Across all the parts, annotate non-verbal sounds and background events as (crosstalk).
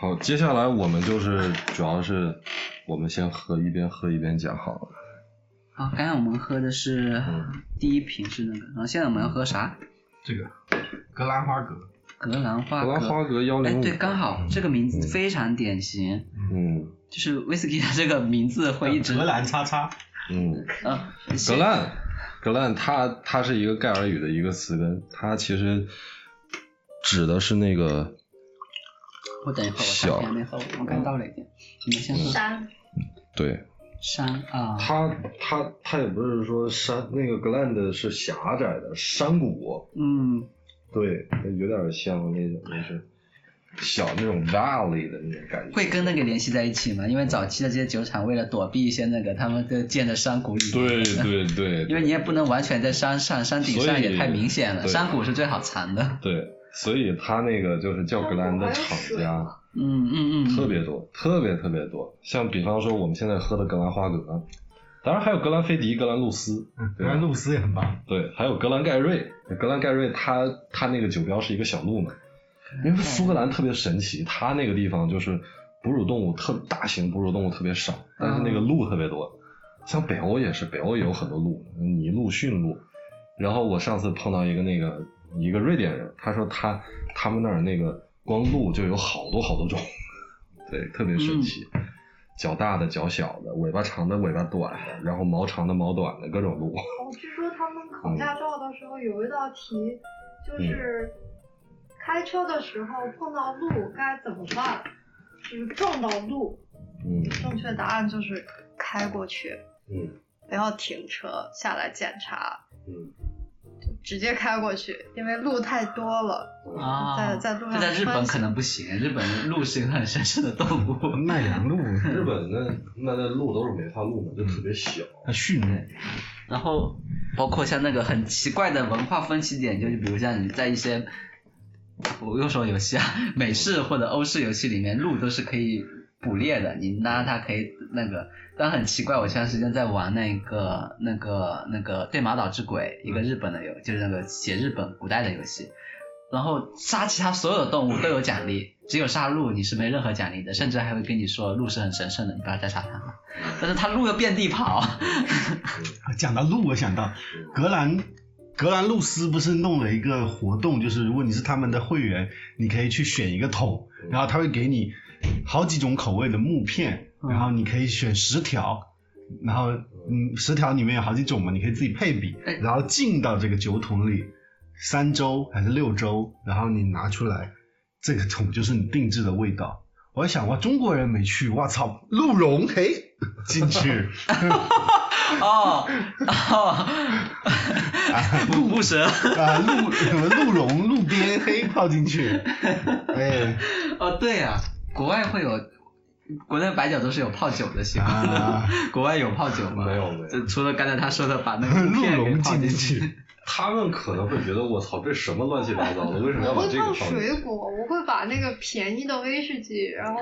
后接下来我们就是主要是我们先喝，一边喝一边讲好了。好，啊刚才我们喝的是嗯第一瓶是那个，然后现在我们要喝啥？这个格兰花格，格兰花格兰格。花格幺哎零，五，对，刚好这个名字非常典型，嗯就是威士忌的这个名字会一直格兰叉叉，嗯，嗯，格兰，格兰它它是一个盖尔语的一个词根，它其实指的是那个我等一会儿，我小上还没喝，我刚倒了一点，你们先嗯喝。山对，山啊，它它它也不是说山那个格兰的是狭窄的山谷，嗯，对，有点像那种就是小那种 valley 的那种感觉。会跟那个联系在一起吗？因为早期的这些酒厂为了躲避一些那个，他们都建在山谷里。。对对对，因为你也不能完全在山上，山顶上所以也太明显了，对山谷是最好藏的。对，所以它那个就是叫格兰的厂家。嗯嗯嗯，特别多，特别特别多。像比方说我们现在喝的格兰花格，当然还有格兰菲迪、格兰露丝，嗯格对兰露丝也很棒。对，还有格兰盖瑞。格兰盖瑞它它那个酒标是一个小鹿嘛，因为苏格兰特别神奇，它那个地方就是哺乳动物特大型哺乳动物特别少，但是那个鹿特别多。像北欧也是，北欧也有很多鹿，泥鹿、驯鹿。然后我上次碰到一个那个一个瑞典人，他说他他们那儿那个光鹿就有好多好多种， (laughs) 对，特别神奇。脚大的、脚小的，尾巴长的、尾巴短的，然后毛长的、毛短的各种鹿。我哦据说他们考驾照的时候有一道题，嗯就是开车的时候碰到路该怎么办，就是撞到路。嗯正确答案就是开过去，嗯不要停车下来检查，嗯直接开过去，因为路太多了。啊，在在路这上在日本穿可能不行，日本鹿是一个很神圣的动物。奈良鹿，日嗯本那那那路都是梅花鹿嘛，就特别小。它训练，然后包括像那个很奇怪的文化分歧点，就是比如像你在一些我又说游戏啊，美式或者欧式游戏里面，鹿都是可以捕猎的，你拉它可以那个。但很奇怪，我前段时间在玩那个那个那个《对马岛之鬼》，一个日本的游，就是那个写日本古代的游戏。然后杀其他所有的动物都有奖励，只有杀鹿你是没任何奖励的，甚至还会跟你说鹿是很神圣的，你不要再杀它了。但是它鹿又遍地跑， (laughs) 讲到鹿，我想到格兰格兰露丝不是弄了一个活动，就是如果你是他们的会员，你可以去选一个桶，然后他会给你好几种口味的木片，嗯然后你可以选十条。然后，嗯，十条里面有好几种嘛，你可以自己配比哎，然后进到这个酒桶里，三周还是六周，然后你拿出来，这个桶就是你定制的味道。我在想，哇，中国人没去，哇操，鹿茸，嘿， (laughs) 进去，哦，哦，五步蛇，啊，鹿什么鹿茸、鹿鞭黑泡进 (laughs) 去，哎哦，对啊，国外会有，国内白酒都是有泡酒的习惯，啊，国外有泡酒吗？没有没有这除了刚才他说的把那个鹿片给茸泡进进，去，他们可能会觉得我操，这什么乱七八糟的，为什么要我把会这个泡放进去？水果，我会把那个便宜的威士忌，然后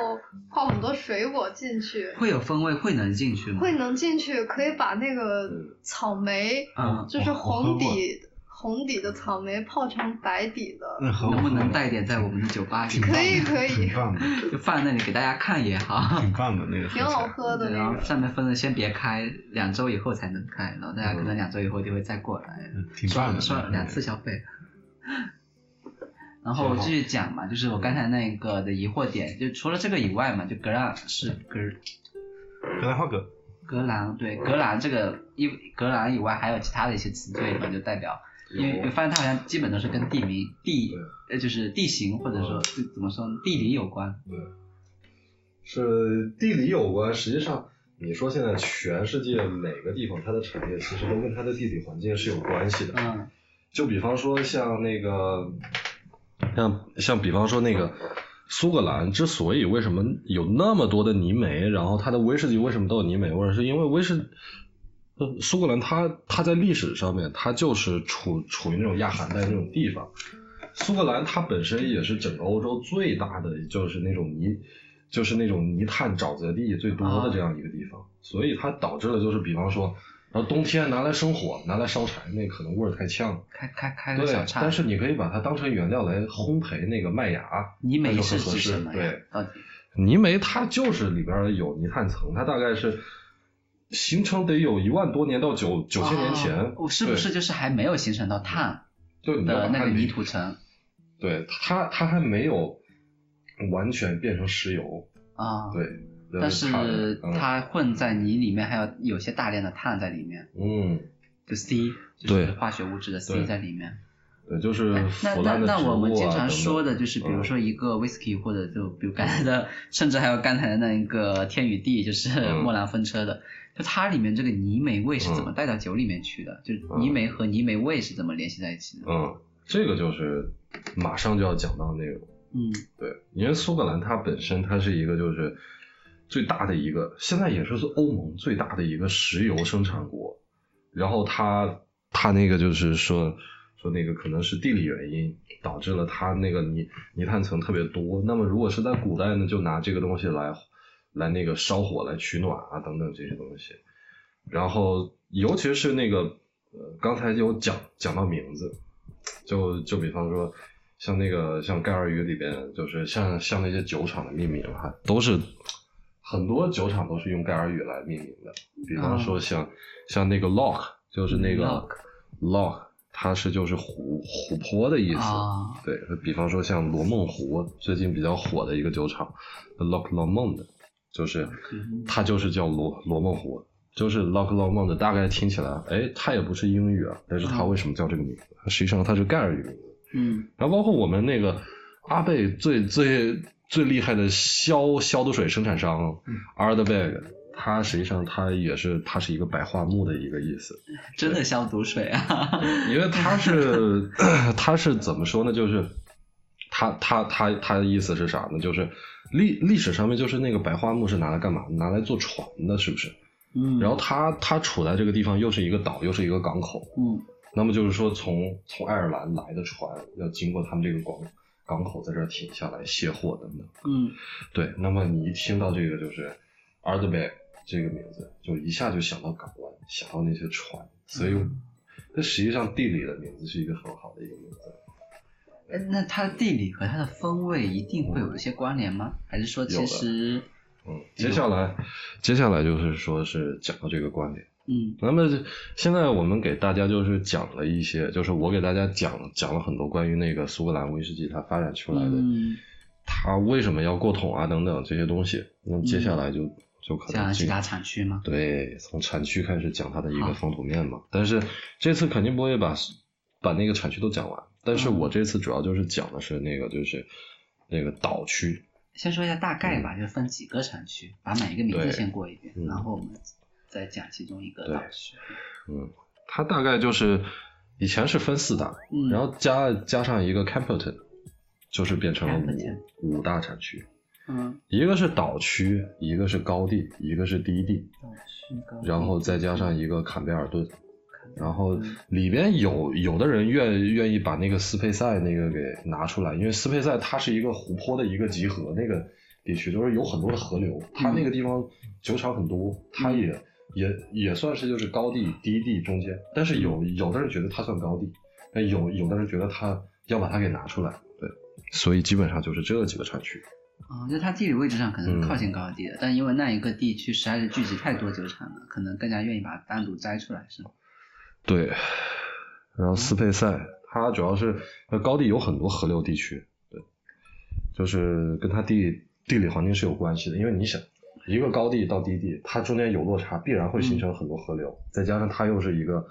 泡很多水果进去， (laughs) 会有风味，会能进去嗯吗？会能进去，可以把那个草莓，嗯，就是我我红喝过底红底的草莓泡成白底的，那好，能不能带点在我们的酒吧里？挺棒的可以可以挺棒的，就放那里给大家看也 (laughs) 好。挺棒的那个喝起挺来，好喝的然那后个。上面分的先别开，两周以后才能开，然后大家可能两周以后就会再过来。嗯挺棒的，算了两次消 (laughs) 费。然后我继续讲嘛，就是我刚才那个的疑惑点，就除了这个以外嘛，就格兰是格格兰花格，格兰对格兰这个一格兰以外还有其他的一些词缀嘛，就代表，因为我发现它好像基本都是跟地名地呃就是地形或者说嗯就怎么说呢地理有关。是地理有关，实际上你说现在全世界每个地方它的产业其实都跟它的地理环境是有关系的。嗯就比方说像那个，像像比方说那个苏格兰之所以为什么有那么多的泥煤，然后它的威士忌为什么都有泥煤味，是因为威士。呃苏格兰它它在历史上面，它就是处处于那种亚寒带那种地方。苏格兰它本身也是整个欧洲最大的，就是那种泥，就是那种泥炭沼泽地最多的这样一个地方，所以它导致了就是比方说，然后冬天拿来生火，拿来烧柴，那可能味儿太呛了。开开开个对小，差。但是你可以把它当成原料来烘焙那个麦芽，泥煤那就是很合指适什么呀对？到底泥煤它就是里边有泥炭层，它大概是形成得有一万多年到九九千年前，哦是不是就是还没有形成到碳就你要的把那它个泥理土层对它它还没有完全变成石油，啊？对，但是嗯它混在泥里面，还有有些大量的碳在里面，嗯，就 C，就对是化学物质的 C 对在里面。对，就是哎那腐那烂的植物啊那我们经等嗯常等说的就是，比如说一个 whisky 或者就比如刚才的，甚至还有刚才的那一个天与地，就是嗯 (laughs) 莫兰风车的，就它里面这个泥煤味是怎么嗯带到酒里面去的？就是泥煤和泥煤味是怎么联系在一起的？嗯，这个就是马上就要讲到内容。嗯对，因为苏格兰它本身它是一个就是最大的一个，现在也就是欧盟最大的一个石油生产国。然后它它那个就是说说那个可能是地理原因导致了它那个泥泥炭层特别多。那么如果是在古代呢，就拿这个东西来来那个烧火来取暖啊等等这些东西。然后尤其是那个呃刚才有讲讲到名字，就就比方说，像那个像盖尔语里边，就是像像那些酒厂的命名哈，都是很多酒厂都是用盖尔语来命名的。比方说像、像那个 lock，就是那个 Loch lock，它是就是湖湖泊的意思。啊，对，比方说像罗梦湖，最近比较火的一个酒厂，Loch Lomond，就是嗯它就是叫罗罗梦湖，就是 Loch Lomond，大概听起来，哎，它也不是英语啊，但是它嗯为什么叫这个名字？实际上它是盖尔语名字。嗯然后包括我们那个阿贝最最最厉害的消消毒水生产商、嗯 Ardbeg，它实际上它也是它是一个白桦木的一个意思。真的消毒水啊， (laughs) 因为他是他是怎么说呢？就是他他他他的意思是啥呢？就是历历史上面就是那个白桦木是拿来干嘛？拿来做船的，是不是？嗯，然后他他处在这个地方又是一个岛，又是一个港口，嗯那么就是说从从爱尔兰来的船要经过他们这个港港口，在这儿停下来卸货等等。嗯对，那么你一听到这个就是 a r d b e 这个名字，就一下就想到港湾，想到那些船，所以这实际上地理的名字是一个很好的一个名字。呃那它的地理和它的风味一定会有一些关联吗？还是说有其的实嗯，接下来接下来就是说是讲到这个观点。嗯那么现在我们给大家就是讲了一些，就是我给大家讲讲了很多关于那个苏格兰威士忌它发展出来的，嗯，它为什么要过桶啊等等这些东西。那么接下来就、就可像能其进他产区吗？对，从产区开始讲它的一好个风土面貌。但是这次肯定不会把把那个产区都讲完，但是嗯我这次主要就是讲的是那个就是那个岛区，先说一下大概吧，就分几个产区，把每一个名字嗯对先过一遍，嗯然后我们再讲其中一个对岛区。嗯，它大概就是以前是分四大，嗯，然后加加上一个 Campbellton，就是变成了 Campbellton 五五大产区，嗯，一个是岛区，一个是高地，一个是低地，岛区高地然后再加上一个坎贝尔顿。看然后嗯里边有有的人愿愿意把那个斯佩塞那个给拿出来，因为斯佩塞它是一个湖泊的一个集合，那个地区就是有很多的河流，它那个地方酒厂很多，它也、也也算是就是高地低地中间，但是有有的人觉得它算高地，那有有的人觉得它要把它给拿出来，对，所以基本上就是这几个产区，哦，就它地理位置上可嗯能靠近高地的，但因为那一个地区实在是聚集太多酒厂了，可能更加愿意把它单独摘出来，是吗？对，然后斯佩塞它主要是呃高地有很多河流地区，对，就是跟它地地理环境是有关系的，因为你想一个高地到低地，它中间有落差，必然会形成很多河流，再加上它又是一个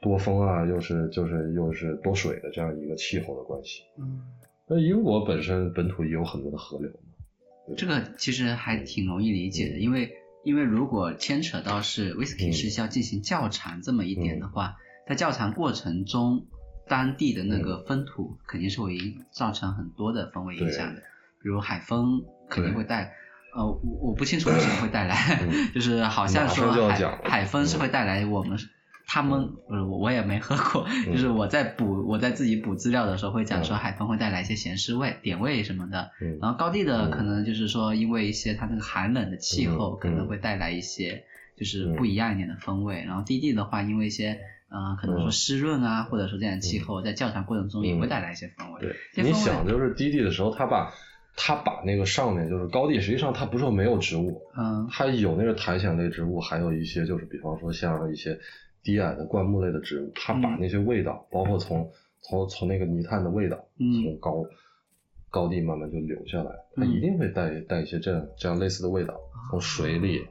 多风啊，又是就是又是多水的这样一个气候的关系。嗯，那英国本身本土也有很多的河流嘛，这个其实还挺容易理解的，因为因为如果牵扯到是 whisky 嗯是需要进行窖藏这么一点的话，在窖藏过程中，当地的嗯那个风土肯定是会影造成很多的风味影响的，比如海风肯定会带。呃，我我不清楚为什么会带来，嗯 (laughs) 就是好像说马上就要海讲了嗯海风是会带来我们他们，呃，我我也没喝过，嗯就是我在补我在自己补资料的时候会讲说嗯海风会带来一些咸湿味、点味什么的，嗯然后高地的嗯可能就是说，因为一些它那个寒冷的气候，嗯可能会带来一些就是嗯不一样一点的风味。然后低地的话，因为一些嗯、呃可能说嗯湿润啊，或者说这样的气候，在窖藏过程中也会带来一些风味。对，这你风味想就是低地的时候，他把它把那个上面就是高地，实际上它不是说没有植物，嗯它有那个苔藓类植物，还有一些就是比方说像一些低矮的灌木类的植物，它把嗯那些味道，包括从从从那个泥炭的味道，嗯从高高地慢慢就留下来，它嗯一定会带带一些这样这样类似的味道，从水里、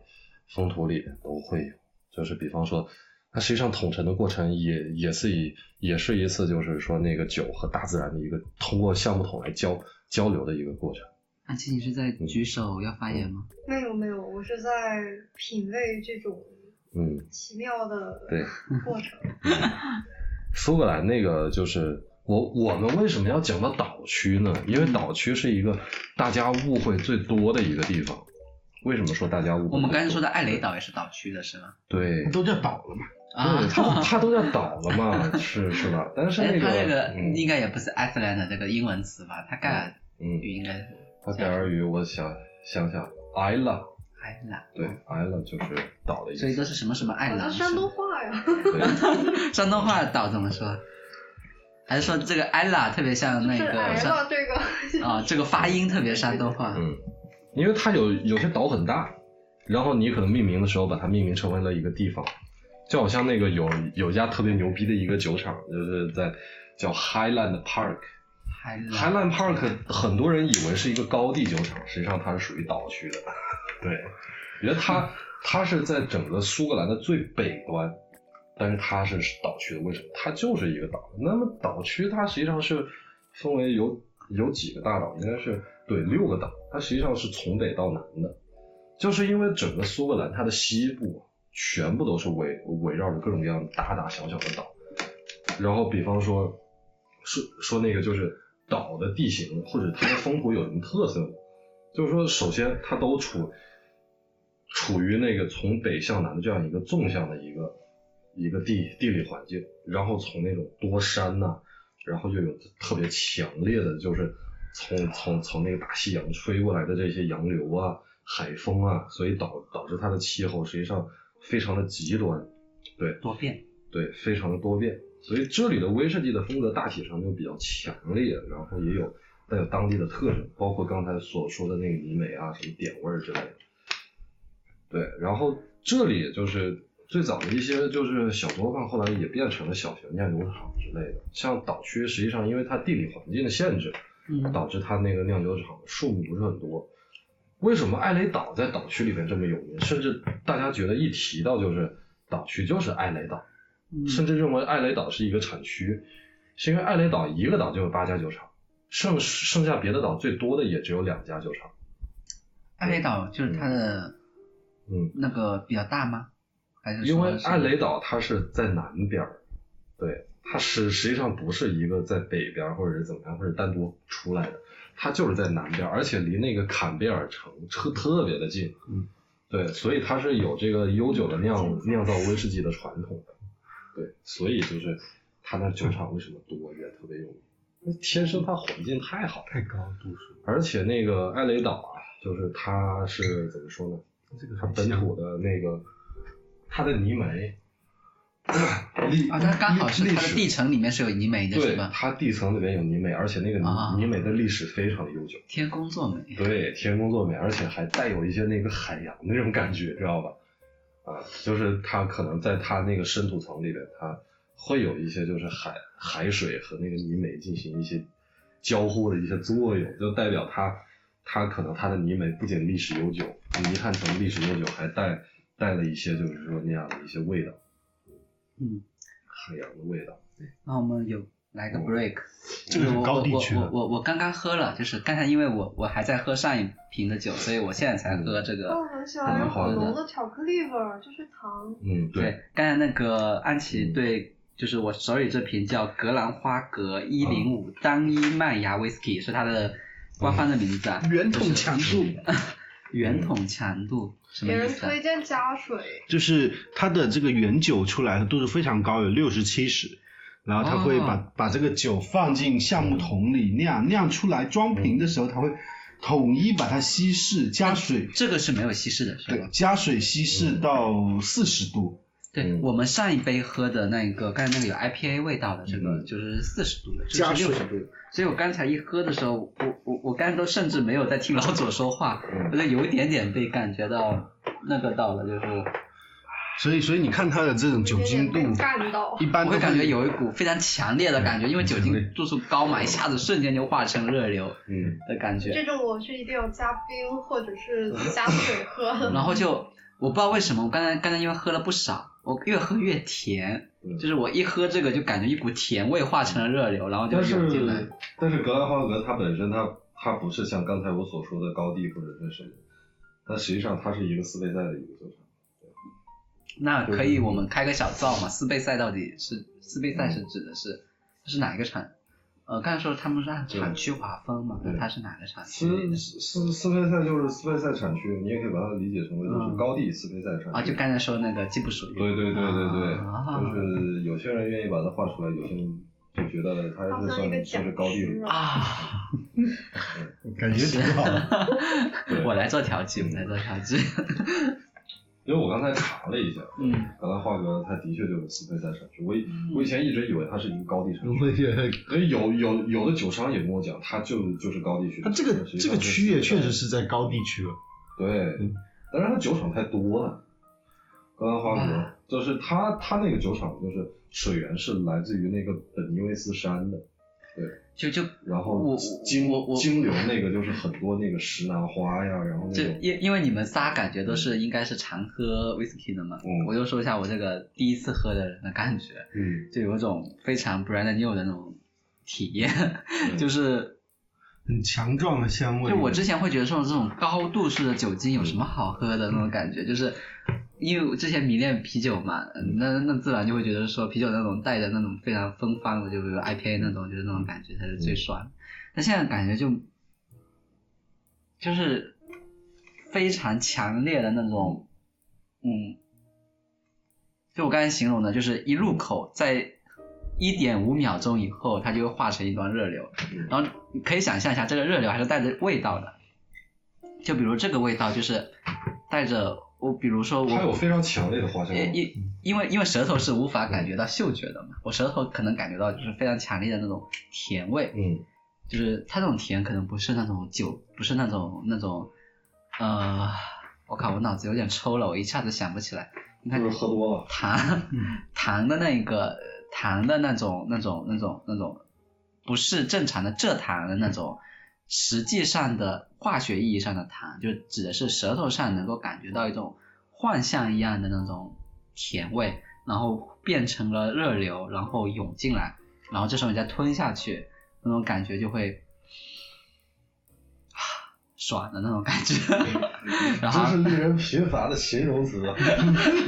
风土里都会有。就是比方说，它实际上统陈的过程也也是一也是一次，就是说那个酒和大自然的一个通过橡木桶来交交流的一个过程。安琪，你是在嗯举手要发言吗？没有没有，我是在品味这种嗯，奇妙的对。过程。苏格兰那个就是我我们为什么要讲到岛区呢？因嗯为岛区是一个大家误会最多的一个地方。为什么说大家误会？我们刚才说的艾雷岛也是岛区的是吗？对，都叫岛了嘛。啊， (laughs) 对，它它都叫岛了嘛，是是吧？但是哎，那个，它这个嗯应该也不是 Iceland 的这个英文词吧？它盖尔嗯，语应该是它盖尔语我想想想，isla，艾拉，对，isla 就是岛的意思。所以都是什么什么艾好拉像。山东话呀，对 (laughs) 山东话岛怎么说？还是说这个艾拉特别像那是个挨山了这个。啊，这个发音特别山东话。嗯，因为它有有些岛很大，然后你可能命名的时候把它命名成为了一个地方，就好像那个有有一家特别牛逼的一个酒厂，就是在叫 Highland Park。海 Highland Park 很多人以为是一个高地酒厂，实际上它是属于岛区的。 (laughs) 对，我觉得它它是在整个苏格兰的最北端，但是它是岛区的，为什么？它就是一个岛。那么岛区它实际上是分为有有几个大岛，应该是对六个岛，它实际上是从北到南的，就是因为整个苏格兰它的西部全部都是围围绕着各种各样大大小小的岛，然后比方说说说那个就是岛的地形或者它的风土有什么特色呢，就是说首先它都处处于那个从北向南的这样一个纵向的一个一个地地理环境，然后从那种多山呐、然后就有特别强烈的就是从从从那个大西洋吹过来的这些洋流啊、海风啊，所以导导致它的气候实际上非常的极端，对，多变。对，非常的多变。所以这里的威士忌的风格大体上就比较强烈，然后也有带有当地的特征，包括刚才所说的那个泥煤啊，什么点味儿之类的。对，然后这里就是最早的一些就是小作坊，后来也变成了小型酿酒厂之类的。像岛区实际上因为它地理环境的限制，嗯，导致它那个酿酒厂数目不是很多。为什么艾雷岛在岛区里面这么有名？甚至大家觉得一提到就是岛区就是艾雷岛。嗯甚至认为艾雷岛是一个产区，是因为艾雷岛一个岛就有八家酒厂，剩剩下别的岛最多的也只有两家酒厂。艾雷岛就是它的嗯，那个比较大吗？还嗯是因说为是艾雷岛它是在南边儿，对，它是实际上不是一个在北边儿或者是怎么样，或者单独出来的，它就是在南边儿，而且离那个坎贝尔城特特别的近。嗯，对，所以它是有这个悠久的 (laughs) 酿酿造威士忌的传统的。对，所以就是它那酒厂为什么多也特别有名，那天生它环境太好了。太高度数，而且那个艾雷岛啊，就是它是怎么说呢？这个它本土的那个它的泥煤，历啊，它刚好是历它的史地层里面是有泥煤的，是对吧？它地层里面有泥煤，而且那个泥、啊泥煤的历史非常的悠久。天公作美。对，天工作美，而且还带有一些那个海洋那种感觉，知道吧？啊，就是它可能在它那个深土层里边，它会有一些就是海海水和那个泥煤进行一些交互的一些作用，就代表它它可能它的泥煤不仅历史悠久，泥炭层历史悠久，还带带了一些就是说那样的一些味道，嗯，海洋的味道。那我们有来个 break。这个是高地区我的我我我刚刚喝了，就是刚才因为我我还在喝上一瓶的酒，所以我现在才喝这但我个。很喜欢有好浓的巧克力味儿，就是糖。嗯，对，嗯对，刚才那个安琪对，就是我手里这瓶叫格兰花啊格一零五单一麦芽 whisky 是它的官方的名字嗯啊。圆筒强度圆筒强度什么别意人思啊？推荐加水，就是它的这个原酒出来的度数非常高，有六十七十。然后他会把、哦把这个酒放进橡木桶里酿，酿出来装瓶的时候，他会统一把它稀释，加水，这个是没有稀释的，是对，吧？加水稀释到四十度，对、嗯我们上一杯喝的那个，刚才那个有 IPA 味道的这个，嗯就是四十度的，这加个是水六十度的。所以我刚才一喝的时候，我我我刚才都甚至没有在听老左说话，嗯我就有一点点被感觉到那个到了，就是所以所以你看它的这种酒精度有，点被干到一，般我都会感觉有一股非常强烈的嗯感觉，因为酒精度数高嘛，一下子瞬间就化成热流嗯的感觉。这种我是一定要加冰或者是加水喝的。然后就我不知道为什么，我刚才刚才因为喝了不少，我越喝越甜，嗯就是我一喝这个就感觉一股甜味化成了热流，然后就但涌进来是。但是格兰花格它本身它它不是像刚才我所说的高地或者是什么，它实际上它是一个四倍赛的一个酒厂。那可以，我们开个小灶嘛？四倍赛到底是四倍赛是嗯指的是是哪一个产？呃，刚才说他们是按产区划分嘛，对那它是哪个产区？四四四倍赛就是四倍赛产区，你也可以把它理解成为就是高地四倍赛产区。嗯啊，就刚才说那个既不属于。对对对对对，啊就是有些人愿意把它画出来，有些人就觉得它好是像一算个就讲是高地师。啊，啊！感觉挺好的。 (laughs) 对我来做调剂，我来做调剂。 (laughs) 因为我刚才查了一下，嗯，格兰花格它的确就是四倍赛产区。我以我以前一直以为它是一个高地产我区，也所以有有有的酒商也跟我讲，它就就是高地区。啊它这个实际这上个是区也确实四倍赛是在高地区了，对嗯，但是它酒厂太多了。格兰花格啊就是它它那个酒厂就是水源是来自于那个本尼维斯山的，就就然我后金我我金流那个就是很多那个石楠花呀，然后那就种因因为你们仨感觉都是应该是常喝 whisky 的嘛，嗯我就说一下我这个第一次喝的人的感觉，嗯，就有一种非常 brand new 的那种体验， (laughs) 嗯就是很强壮的香味。就我之前会觉得说这种高度数的酒精有什么好喝的那种感觉，就是因为我之前迷恋啤酒嘛，嗯那那自然就会觉得说啤酒那种带着那种非常芬芳的，就比如 IPA 那种，就是那种感觉才是最爽的。但现在感觉就就是非常强烈的那种，嗯，就我刚才形容的，就是一入口在一点五秒钟以后，它就会化成一段热流。嗯然后你可以想象一下，这个热流还是带着味道的，就比如这个味道就是带着我，比如说它有我，非常强烈的花香因味。因因为因为舌头是无法感觉到嗅觉的嘛，我舌头可能感觉到就是非常强烈的那种甜味，嗯就是它这种甜可能不是那种酒，不是那种那种，呃，我靠，我脑子有点抽了，我一下子想不起来，你看就是喝多了糖 (laughs) 糖的那个糖的那种那种那种那种，不是正常的蔗糖的那种，实际上的化学意义上的糖，就指的是舌头上能够感觉到一种幻象一样的那种甜味，然后变成了热流，然后涌进来，然后这时候你再吞下去，那种感觉就会。啊爽的那种感觉， (laughs) 然后这是令人贫乏的形容词 (laughs) 啊！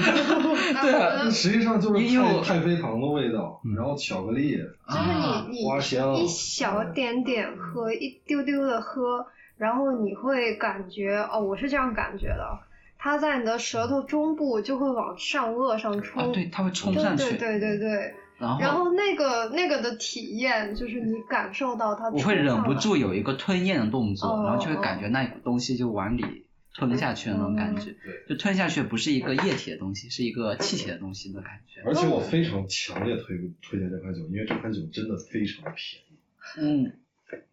对这实际上就是因为太我太妃糖的味道，嗯然后巧克力、啊就是你花香你一小点点喝，一丢丢的喝，然后你会感觉哦，我是这样感觉的，它在你的舌头中部就会往上颚上啊，冲，对，它会冲对上去，对对对对，然后然后那个那个的体验就是你感受到它，我会忍不，住有一个吞咽的动作，哦然后就会感觉那一股东西就往里吞下去的那种感嗯觉，就吞下去不是一个液体的东西，是一个气体的东西的感觉。而且我非常强烈推推荐这款酒，因为这款酒真的非常便宜。嗯，因为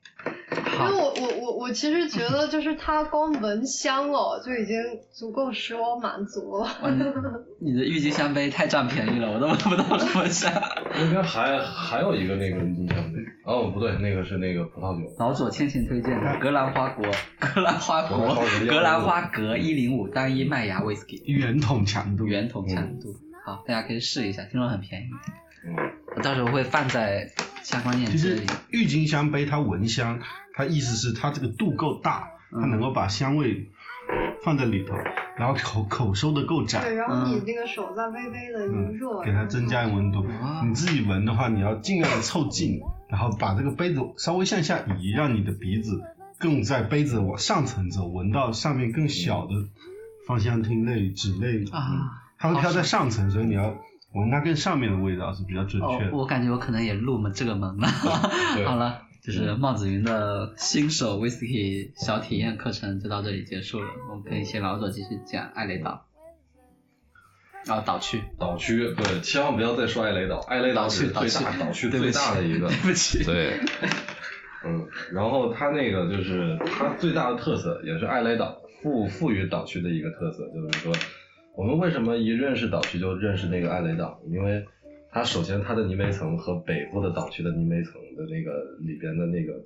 好，我我我我其实觉得就是它光闻香哦就已经足够使我满足了。哇嗯你你的郁金香杯太占便宜了，我都闻不到什么香。那边还还有一个那个金香杯，哦不对，那个是那个葡萄酒。老左亲情推荐的格兰花国，格兰花国，格兰花格一零五单一麦芽 whisky，圆筒 (laughs) 强度，嗯圆筒强度，好，大家可以试一下，听说很便宜，嗯，我到时候会放在相关链其接实里。郁金香杯它闻香，它意思是它这个度够大，嗯它能够把香味放在里头，然后口口收的够对，窄，然后你嗯那个手再微微的一热，嗯给它增加温度。哇你自己闻的话，你要尽量凑近，然后把这个杯子稍微向下移，让你的鼻子更在杯子往上层走，闻到上面更小的芳香烃类、酯类。嗯啊。它会飘在上层，所以你要闻它更上面的味道是比较准哦确，的。我感觉我可能也入门这个门了。对 (laughs) 嗯好了，就是帽子云的新手 whisky 小体验课程就到这里结束了。我们可以先老左继续讲艾雷岛。啊，岛区，岛区，对，千万不要再说艾雷岛，艾雷岛是最大岛区 (laughs) 对不最起大的一个对，不起，对，嗯，然后它那个就是它最大的特色，也是艾雷岛富富于岛区的一个特色，就是说我们为什么一认识岛区就认识那个艾雷岛，因为它首先它的泥煤层和北部的岛区的泥煤层的那个里边的那个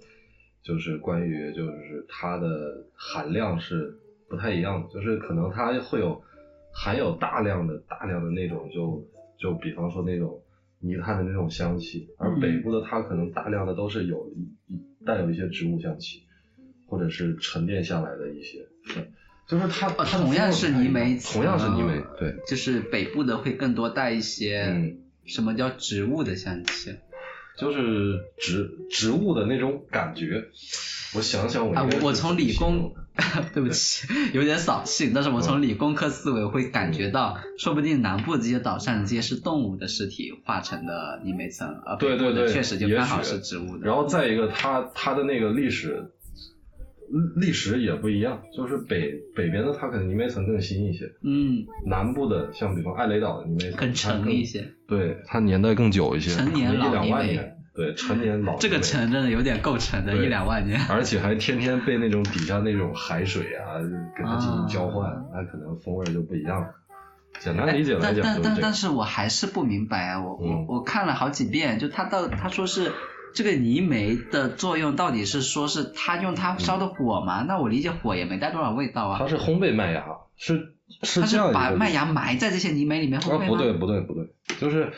就是关于就是它的含量是不太一样的，就是可能它会有含有大量的大量的那种就就比方说那种泥炭的那种香气，而嗯北部的它可能大量的都是有带有一些植物香气，或者是沉淀下来的一些，对就是它哦它同样是泥煤同样是泥煤，啊对，就是北部的会更多带一些嗯，什么叫植物的香气就是植植物的那种感觉。我想想我啊应该是怎么形容的，我我从理工 (laughs) 对不起，有点扫兴，但是我从理工科思维会感觉到，说不定南部这些岛上这些是动物的尸体化成的泥煤层，而对北部对的对确实就也刚好许是植物的。然后再一个，它它的那个历史历史也不一样，就是北北边的它可能泥煤层更新一些，嗯，南部的像比方艾雷岛的泥煤层更沉一，些。它更对，它年代更久一些，陈年可能老一两泥万煤年，对，陈年老这个泥煤沉真的有点够沉的，对一两万年。 (laughs) 而且还天天被那种底下那种海水啊，跟它进行交换啊，那、可能风味就不一样了。简单哎理解来但讲但就是但这但个。是我还是不明白啊，我我嗯我看了好几遍，就他到他说是这个泥煤的作用到底是说是他用它烧的火吗？那我理解火也没带多少味道它啊，是烘焙麦芽，是是他这是样一把个麦芽埋在这些泥煤里面啊烘焙吗？不对不对不对，就是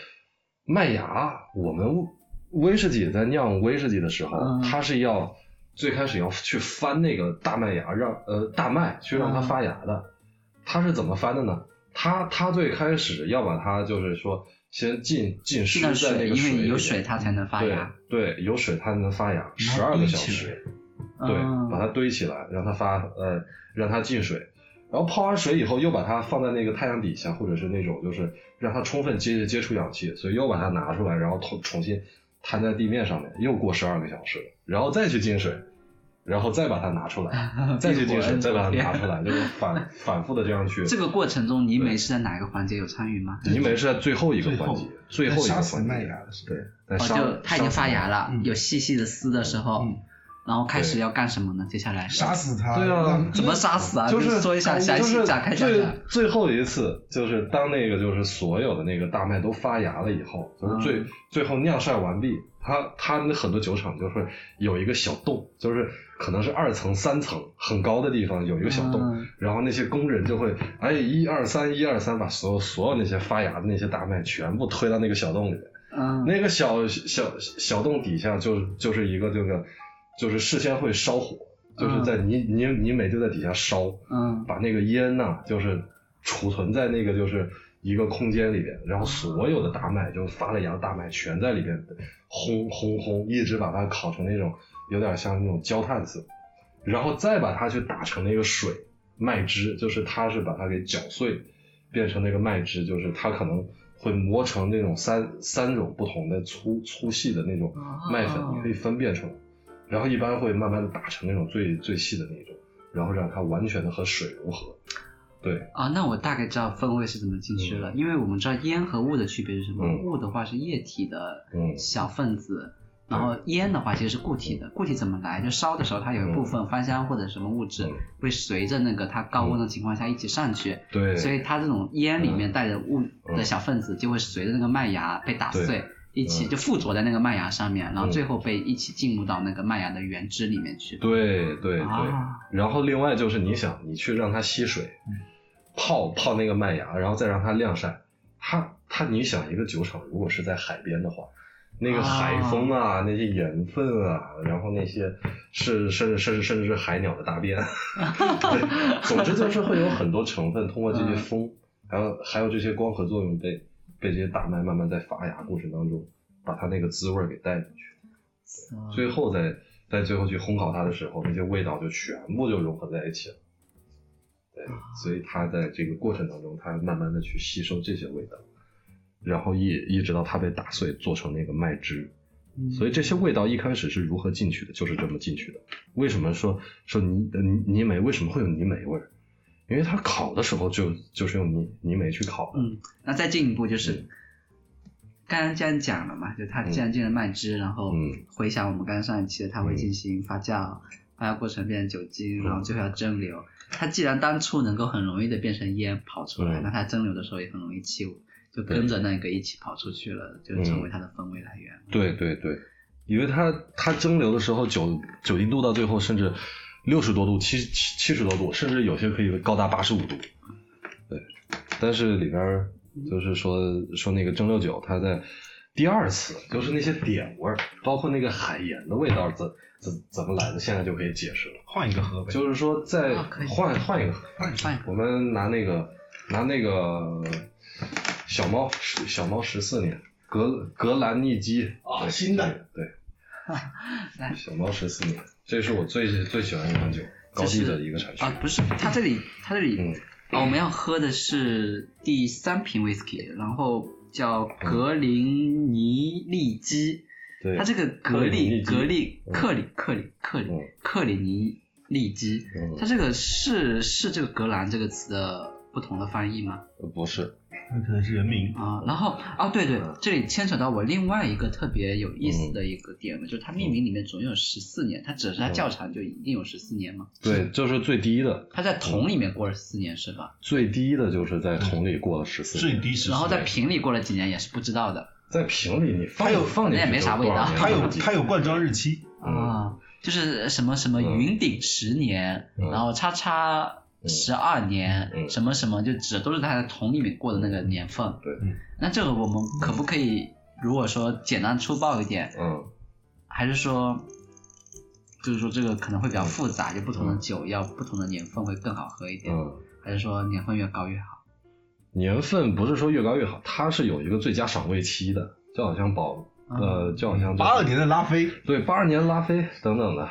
麦芽，我们威士忌在酿威士忌的时候，嗯它是要最开始要去翻那个大麦芽，让呃大麦去让嗯它发芽的。它是怎么翻的呢？它它最开始要把它就是说先浸浸湿进了在那水，个因里为有面水它才能发芽。对对，有水它能发芽，然十后二堆个小起时，来对嗯，把它堆起来，让它发呃，让它进水，然后泡完水以后又把它放在那个太阳底下，或者是那种就是让它充分接接触氧气，所以又把它拿出来，然后重重新摊在地面上面，又过十二个小时，然后再去进水，然后再把它拿出 (laughs) 来，再去进水，再把它拿出来，就是反反复的这样去。这个过程中，泥煤是在哪个环节有参与吗？泥煤是在最后一个最环后节，最后一个杀死环麦节，芽的时候对，在哦，杀就它已经杀死发麦芽了嗯，有细细的丝的时候嗯，然后开始对要干什么呢？接下来杀死他，对啊 (laughs) 让怎么杀死啊？就是说一下感觉详就细是展开讲最讲。最后一次就是当那个就是所有的那个大麦都发芽了以后，就是最、嗯最后酿晒完毕，它它那很多酒厂就是有一个小洞，就是可能是二层三层很高的地方有一个小洞，嗯然后那些工人就会哎一二三一二三把所有所有那些发芽的那些大麦全部推到那个小洞里面。嗯，那个小小小洞底下就是就是一个这个就是事先会烧火，就是在泥泥泥煤就在底下烧，嗯把那个烟呐、就是储存在那个就是一个空间里边，然后所有的大麦就是发了芽的大麦全在里边烘烘烘，一直把它烤成那种有点像那种焦炭色，然后再把它去打成那个水麦汁，就是它是把它给搅碎，变成那个麦汁，就是它可能。会磨成那种三三种不同的粗粗细的那种麦粉，哦你可以分辨出来。然后一般会慢慢的打成那种最最细的那种，然后让它完全的和水融合。对，啊，那我大概知道风味是怎么进去了，因为我们知道烟和雾的区别是什么？嗯雾的话是液体的嗯小分子，然后烟的话其实是固体的。固体怎么来？就烧的时候，它有一部分芳香或者什么物质嗯会随着那个它高温的情况下一起上去，对，嗯所以它这种烟里面带着雾的小分子就会随着那个麦芽被打碎对，一起嗯就附着在那个麦芽上面，然后嗯最后被一起浸入到那个麦芽的原汁里面去。对对对、啊，然后另外就是你想，你去让它吸水，泡泡那个麦芽，然后再让它晾晒。它它，你想一个酒厂如果是在海边的话，那个海风啊，那些盐分啊，然后那些是甚至甚至甚至是海鸟的大便，对，总之就是会有很多成分通过这些风，还有还有这些光合作用被被这些大麦慢慢在发芽过程当中，把它那个滋味儿给带进去。最后在在最后去烘烤它的时候，那些味道就全部就融合在一起了。对，所以它在这个过程当中，它慢慢的去吸收这些味道，然后一一直到它被打碎做成那个麦汁。嗯所以这些味道一开始是如何呃进去的，就是这么进去的。为什么说说泥泥泥煤为什么会有泥煤味儿？因为它烤的时候就就是用泥泥煤去烤的。嗯，那再进一嗯步就是，刚刚既然讲了嘛，就它既然进了麦汁，然后嗯回想我们刚刚上一期的，它会进行发酵，发酵过程变成酒嗯精，然后最后要蒸馏。它既然当初能够很容易的变成烟跑出来，嗯那它蒸馏的时候也很容易起雾，就跟着那个一起跑出去嗯了，就成为它的风味来源。对对对，因为它它蒸馏的时候酒酒精度到最后甚至六十多度、七七七十多度，甚至有些可以高达八十五度。对，但是里边儿就是说说那个蒸馏酒，它在第二次就是那些点味儿，包括那个海盐的味道怎怎怎么来的，现在就可以解释了。换一个喝呗。就是说在啊可以换换一个，换一个我们拿那个拿那个小猫十小猫十四年格格兰尼基啊对新的对， (laughs) 来对小猫十四年，这是我最最喜欢的一款酒，高地的一个产区啊，不是，它这里它这里、嗯哦，我们要喝的是第三瓶 whisky，然后叫格林尼利基。对它这个格力格格力力克里克里克里嗯克里尼利基，嗯它这个是是这个格兰这个词的不同的翻译吗？呃不是，那可能是人名。啊，然后啊，对对，嗯这里牵扯到我另外一个特别有意思的一个嗯点了，就是它命名里面总有十四年，它只是它窖藏就一定有十四年嘛？对，就是最低的，它在嗯桶里面过了四年是吧？最低的就是在桶里过了十四嗯最年，低时，然后在瓶里过了几年也是不知道的在瓶里你它放有放进那去也没啥就是多少味道年它有忘记它有灌装日期，嗯啊，就是什么什么云顶十年，嗯然后叉叉十二年，嗯什么什么就指的都是它在桶里面过的那个年份。对嗯那这个我们可不可以，如果说简单粗暴一点，嗯还是说，就是说这个可能会比嗯较复杂，就不同的酒要不同的年份会更好喝一点，嗯。还是说年份越高越好？年份不是说越高越好，它是有一个最佳赏味期的，就好像宝，嗯呃，就好像这八二年的拉菲，对八二年拉菲等等的，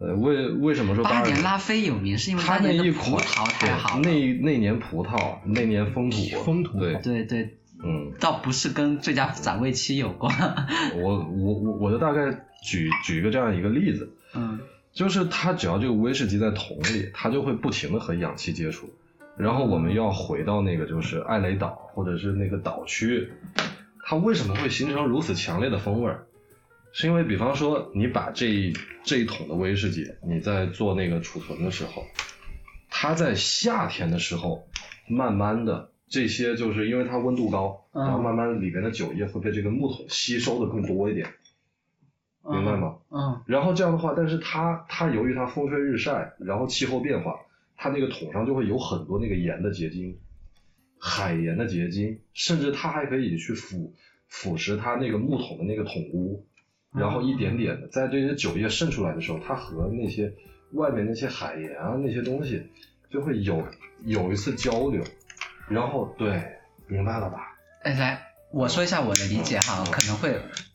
呃，为为什么说八二年拉菲有名是因为它当那年一的款葡萄太好了，对那那年葡萄那年风 (laughs) 土风土对，对对，嗯，倒不是跟最佳赏味期有关， (laughs) 我我我我就大概举举一个这样一个例子，嗯。就是它只要这个威士忌在桶里，它就会不停的和氧气接触，然后我们要回到那个就是艾雷岛或者是那个岛区，它为什么会形成如此强烈的风味儿？是因为比方说你把这一这一桶的威士忌，你在做那个储存的时候，它在夏天的时候，慢慢的这些就是因为它温度高，嗯然后慢慢里边的酒液会被这个木桶吸收的更多一点，明白吗？嗯，然后这样的话，但是它它由于它风吹日晒，然后气候变化，它那个桶上就会有很多那个盐的结晶，海盐的结晶，甚至它还可以去腐腐蚀它那个木桶的那个桶污，然后一点点的在这些酒液渗出来的时候，它和那些外面那些海盐啊那些东西就会有有一次交流，然后对，明白了吧？哎，来，我说一下我的理解哈，可能会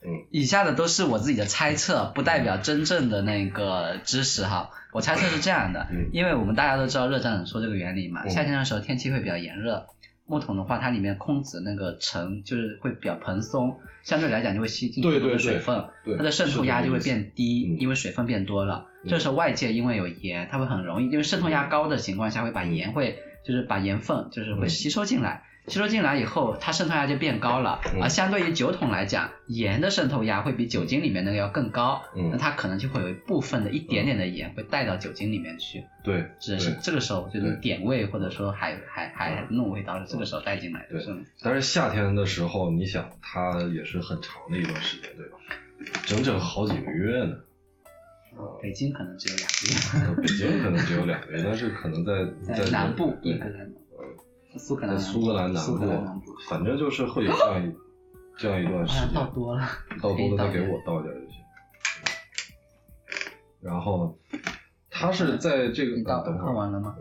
嗯，以下的都是我自己的猜测，不代表真正的那个知识哈。我猜测是这样的嗯，因为我们大家都知道热胀冷缩这个原理嘛，嗯夏天的时候天气会比较炎热，木桶的话它里面空子那个层就是会比较蓬松，相对来讲就会吸进更对多对的对水分，对，它的渗透压就会是变低，嗯因为水分变多了。嗯这时候外界因为有盐，它会很容易，因为渗透压高的情况下，会把盐会就是把盐分就是会嗯吸收进来。吸收进来以后，它渗透压就变高了，嗯而相对于酒桶来讲，盐的渗透压会比酒精里面那个要更高，嗯那它可能就会有一部分的一点点的盐会带到酒精里面去，这个意思对只是嗯对。嗯这个时候就是对点味或者说海海海那种味道是这个时候带进来的，对是吗？但是夏天的时候，你想它也是很长的一段时间，对吧？整整好几个月呢。北京可能只有两个月。呃北京可能只有两个月，但是可能在 (laughs) 在在南部，英对格，兰，苏格兰在南部，苏格兰南苏格兰南部部，，反正就是会有这样一这样一段时间。倒多了，倒多了再可以给倒我倒一点就行。然后它是在这个你倒呃等会喝儿，完了吗？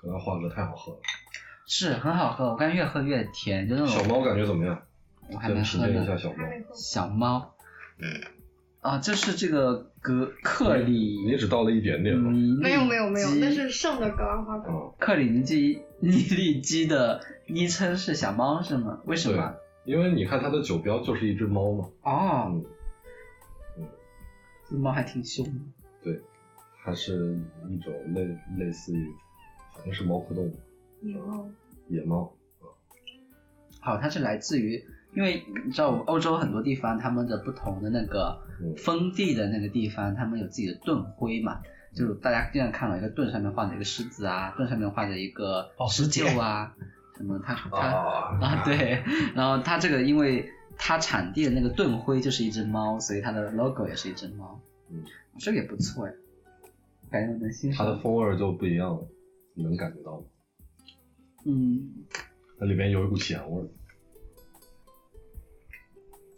可能花哥太好喝了。是很好喝，我刚越喝越甜，就那种小猫感觉怎么样？我嗯还没再喝品鉴一呢下。小猫还。没喝小猫嗯，啊，这是这个格克你里只倒了一点点吗？尼没有没有没有，那基是剩的格兰花啊、口。克里尼基尼利基的昵称是小猫是吗？为什对么？，因为你看它的酒标就是一只猫嘛。哦嗯，这猫还挺凶的。对，它是一种类类似于，好像是猫科动物，以后野猫。好，它是来自于，因为你知道欧洲很多地方他们的不同的那个嗯封地的那个地方，他们有自己的盾徽嘛，就是大家经常看到一个盾上面画着一个狮子啊，盾上面画着一个哦狮石鹫鹫啊，什么它它、啊，啊对，然后它这个因为它产地的那个盾徽就是一只猫，所以它的 logo 也是一只猫，嗯，这个也不错哎，感觉我能欣它的赏，风味儿就不一样了，你能感觉到吗？嗯，它里面有一股咸味儿。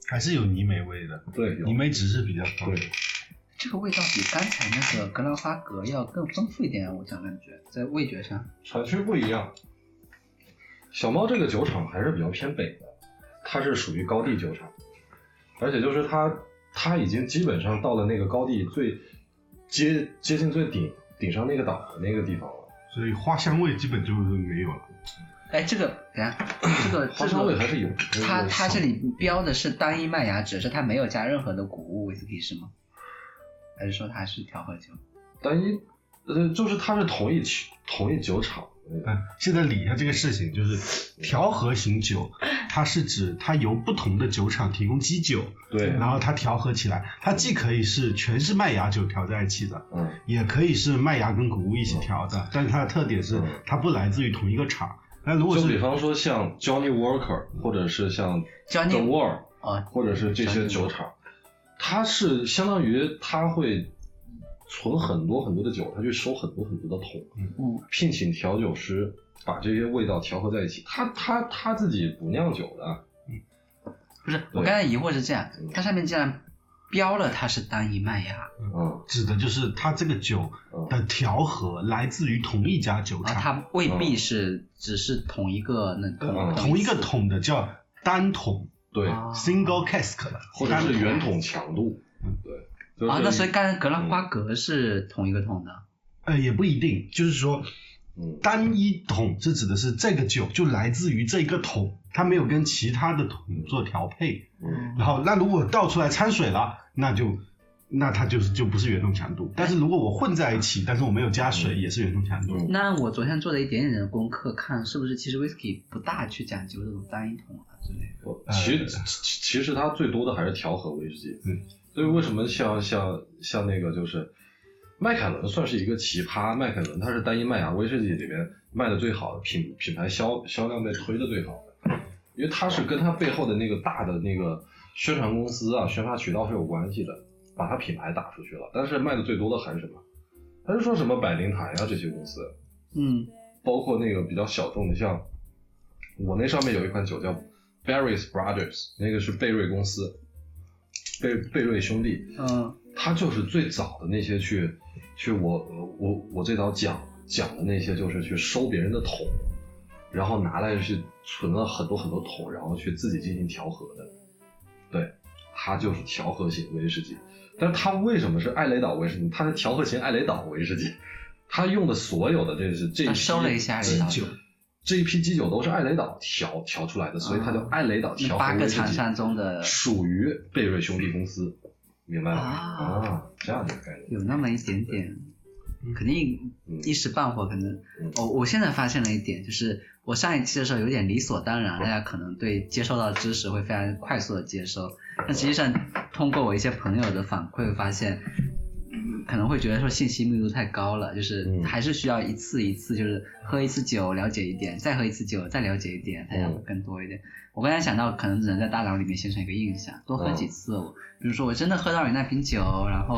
还是有泥煤味的，对，有泥煤值是比较高的。对这个味道比刚才那个格兰花格要更丰富一点，我讲感觉在味觉上。产区不一样。小猫这个酒厂还是比较偏北的，它是属于高地酒厂，而且就是它它已经基本上到了那个高地最接接近最顶顶上那个岛的那个地方了。所以花香味基本就是没有了。哎，这个等一下，这个花香味还是有，这个它它这里里标的是单一麦芽，只是它没有加任何的谷物威士忌是吗？还是说它是调和酒？单一呃就是它是同一区同一酒厂的那个，嗯，现在理一下这个事情，就是调和型酒，它是指它由不同的酒厂提供基酒，对，然后它调和起来，它既可以是全是麦芽酒调在一起的，嗯也可以是麦芽跟谷物一起调的，但是它的特点是哦嗯它不来自于同一个厂。那如果就比是方说像 Johnny Walker 或者是像 The Johnny Wall，哦，或者是这些酒厂，它是相当于它会存很多很多的酒，它去收很多很多的桶，嗯，聘请调酒师把这些味道调和在一起。他他他自己不酿酒的，不是，我对刚才疑惑是这样嗯，它上面竟然标了它是单一麦芽，嗯指的就是它这个酒嗯，的调和来自于同一家酒啊，厂，它未必是只是同一个那个嗯同一个桶桶的叫单桶对，啊 （single cask） 的，或者是圆桶强度嗯，对，就是啊，那所以刚才格嗯兰花格是同一个桶的，呃，也不一定，就是说嗯单一桶是指的是这个酒就来自于这个桶，它没有跟其他的桶做调配。嗯然后那如果倒出来掺水了，那就那它就是就不是原桶强度。但是如果我混在一起，但是我没有加水，也是原桶强度。嗯那我昨天做了一点点的功课，看是不是其实 whisky 不大去讲究这种单一桶啊之类的。我呃其其其实它最多的还是调和威士忌，嗯，所以为什么像像像那个就是麦凯伦算是一个奇葩，麦凯伦它是单一麦芽威士忌里面卖的最好的品品牌销销量被推的最好的，因为它是跟它背后的那个大的那个宣传公司啊宣发渠道是有关系的，把它品牌打出去了，但是卖的最多的还是什么？还是说什么百灵坛呀、这些公司，嗯，包括那个比较小众的，像我那上面有一款酒叫 Barry's Brothers，那个是贝瑞公司，贝贝瑞兄弟，嗯，他就是最早的那些去去我我我最早讲讲的那些，就是去收别人的桶，然后拿来去存了很多很多桶，然后去自己进行调和的。对，它就是调和型威士忌。但是它为什么是艾雷岛威士忌？它是调和型艾雷岛威士忌，它用的所有的这是这一它批收了一下艾雷岛基酒，这一批基酒都是艾雷岛调调出来的，所以它叫艾雷岛啊那调八和个威士厂忌。商中的属于贝瑞兄弟公司，明白吗？啊啊，这样的概念。有那么一点点，肯定嗯一时半会儿可能嗯。我、我现在发现了一点，就是我上一期的时候有点理所当然，大家可能对接收到的知识会非常快速的接收，但实际上通过我一些朋友的反馈发现。嗯可能会觉得说信息密度太高了，就是嗯还是需要一次一次，就是喝一次酒了解一点，再喝一次酒再了解一点，才会嗯更多一点。我刚才想到，可能只能在大脑里面形成一个印象，多嗯喝几次，我比如说我真的喝到你那瓶酒，然后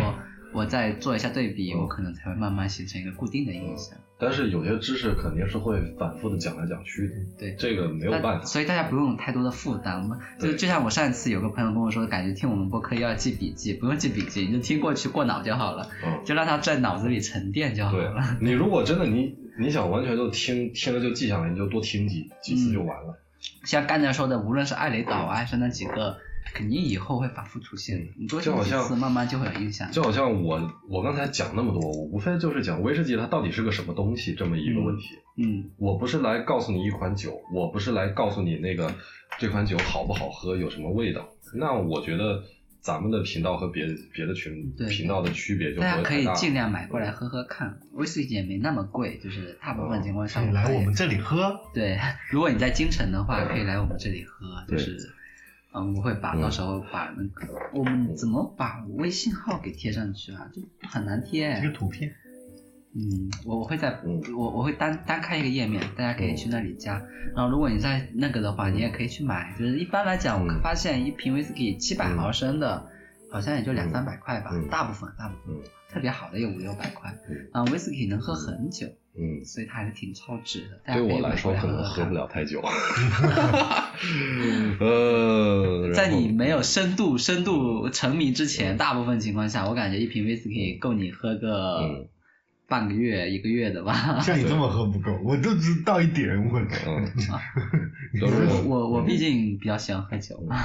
我再做一下对比，嗯我可能才会慢慢形成一个固定的印象。但是有些知识肯定是会反复的讲来讲去的，对，这个没有办但法。所以大家不用有太多的负担嘛。就对就像我上一次有个朋友跟我说，感觉听我们播客要记笔记，不用记笔记，你就听过去过脑就好了，嗯，就让它在脑子里沉淀就好对了。，你如果真的你你想完全就听听了就记下来，你就多听几几次就完嗯了。像刚才说的，无论是艾雷岛啊，还是那几个，肯定以后会反复出现的。你多听嗯就好几像次，慢慢就会有印象。就好像我我刚才讲那么多，我无非就是讲威士忌它到底是个什么东西这么一个问题。嗯，我不是来告诉你一款酒，我嗯不是来告诉你那个这款酒好不好喝，有什么味道。那我觉得咱们的频道和别别的群对频道的区别就大不会家可太以大。尽嗯量买过来喝喝看，威士忌也没那么贵，就是大部分情况下哦可以来我们这里喝。对，如果你在京城的话，可以来我们这里喝，就是，嗯，我会把嗯到时候把那个我们怎么把微信号给贴上去啊？这很难贴这。个图片，嗯，我我会在嗯我我会单单开一个页面，大家可以去那里加。然后如果你在那个的话，你也可以去买。就是一般来讲，我嗯发现一瓶威士忌七百嗯毫升的，好像也就两三百块吧嗯，大部分大部分嗯特别好的也五六百块嗯。啊，威士忌能喝很久，嗯，所以它还是挺超值的。大家对可以我来买说过可能喝喝看不了太 (laughs) 久。呃，在然后嗯你没有深度深度沉迷之前，大部分情况下，我感觉一瓶威士忌够你喝个嗯半个月、一个月的吧。像你这么喝不够，我就知道一点，我嗯，啊就我是我我毕竟比较喜欢喝酒嘛，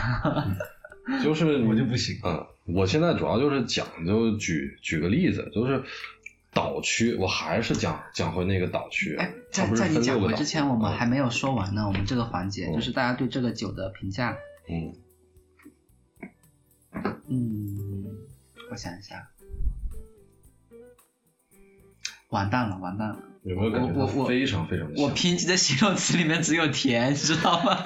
就是我就不行。嗯，我现在主要就是讲，就举举个例子，就是岛区，我还是讲讲回那个岛区。哎，它在嗯不是在你分讲六个回岛之前，我们还没有说完呢。我们这个环节嗯就是大家对这个酒的评价，嗯，嗯，我想一下，完蛋了，完蛋了。有没有感觉我它我我非常非常的我像？贫瘠的形容词里面只有甜，你知道吗？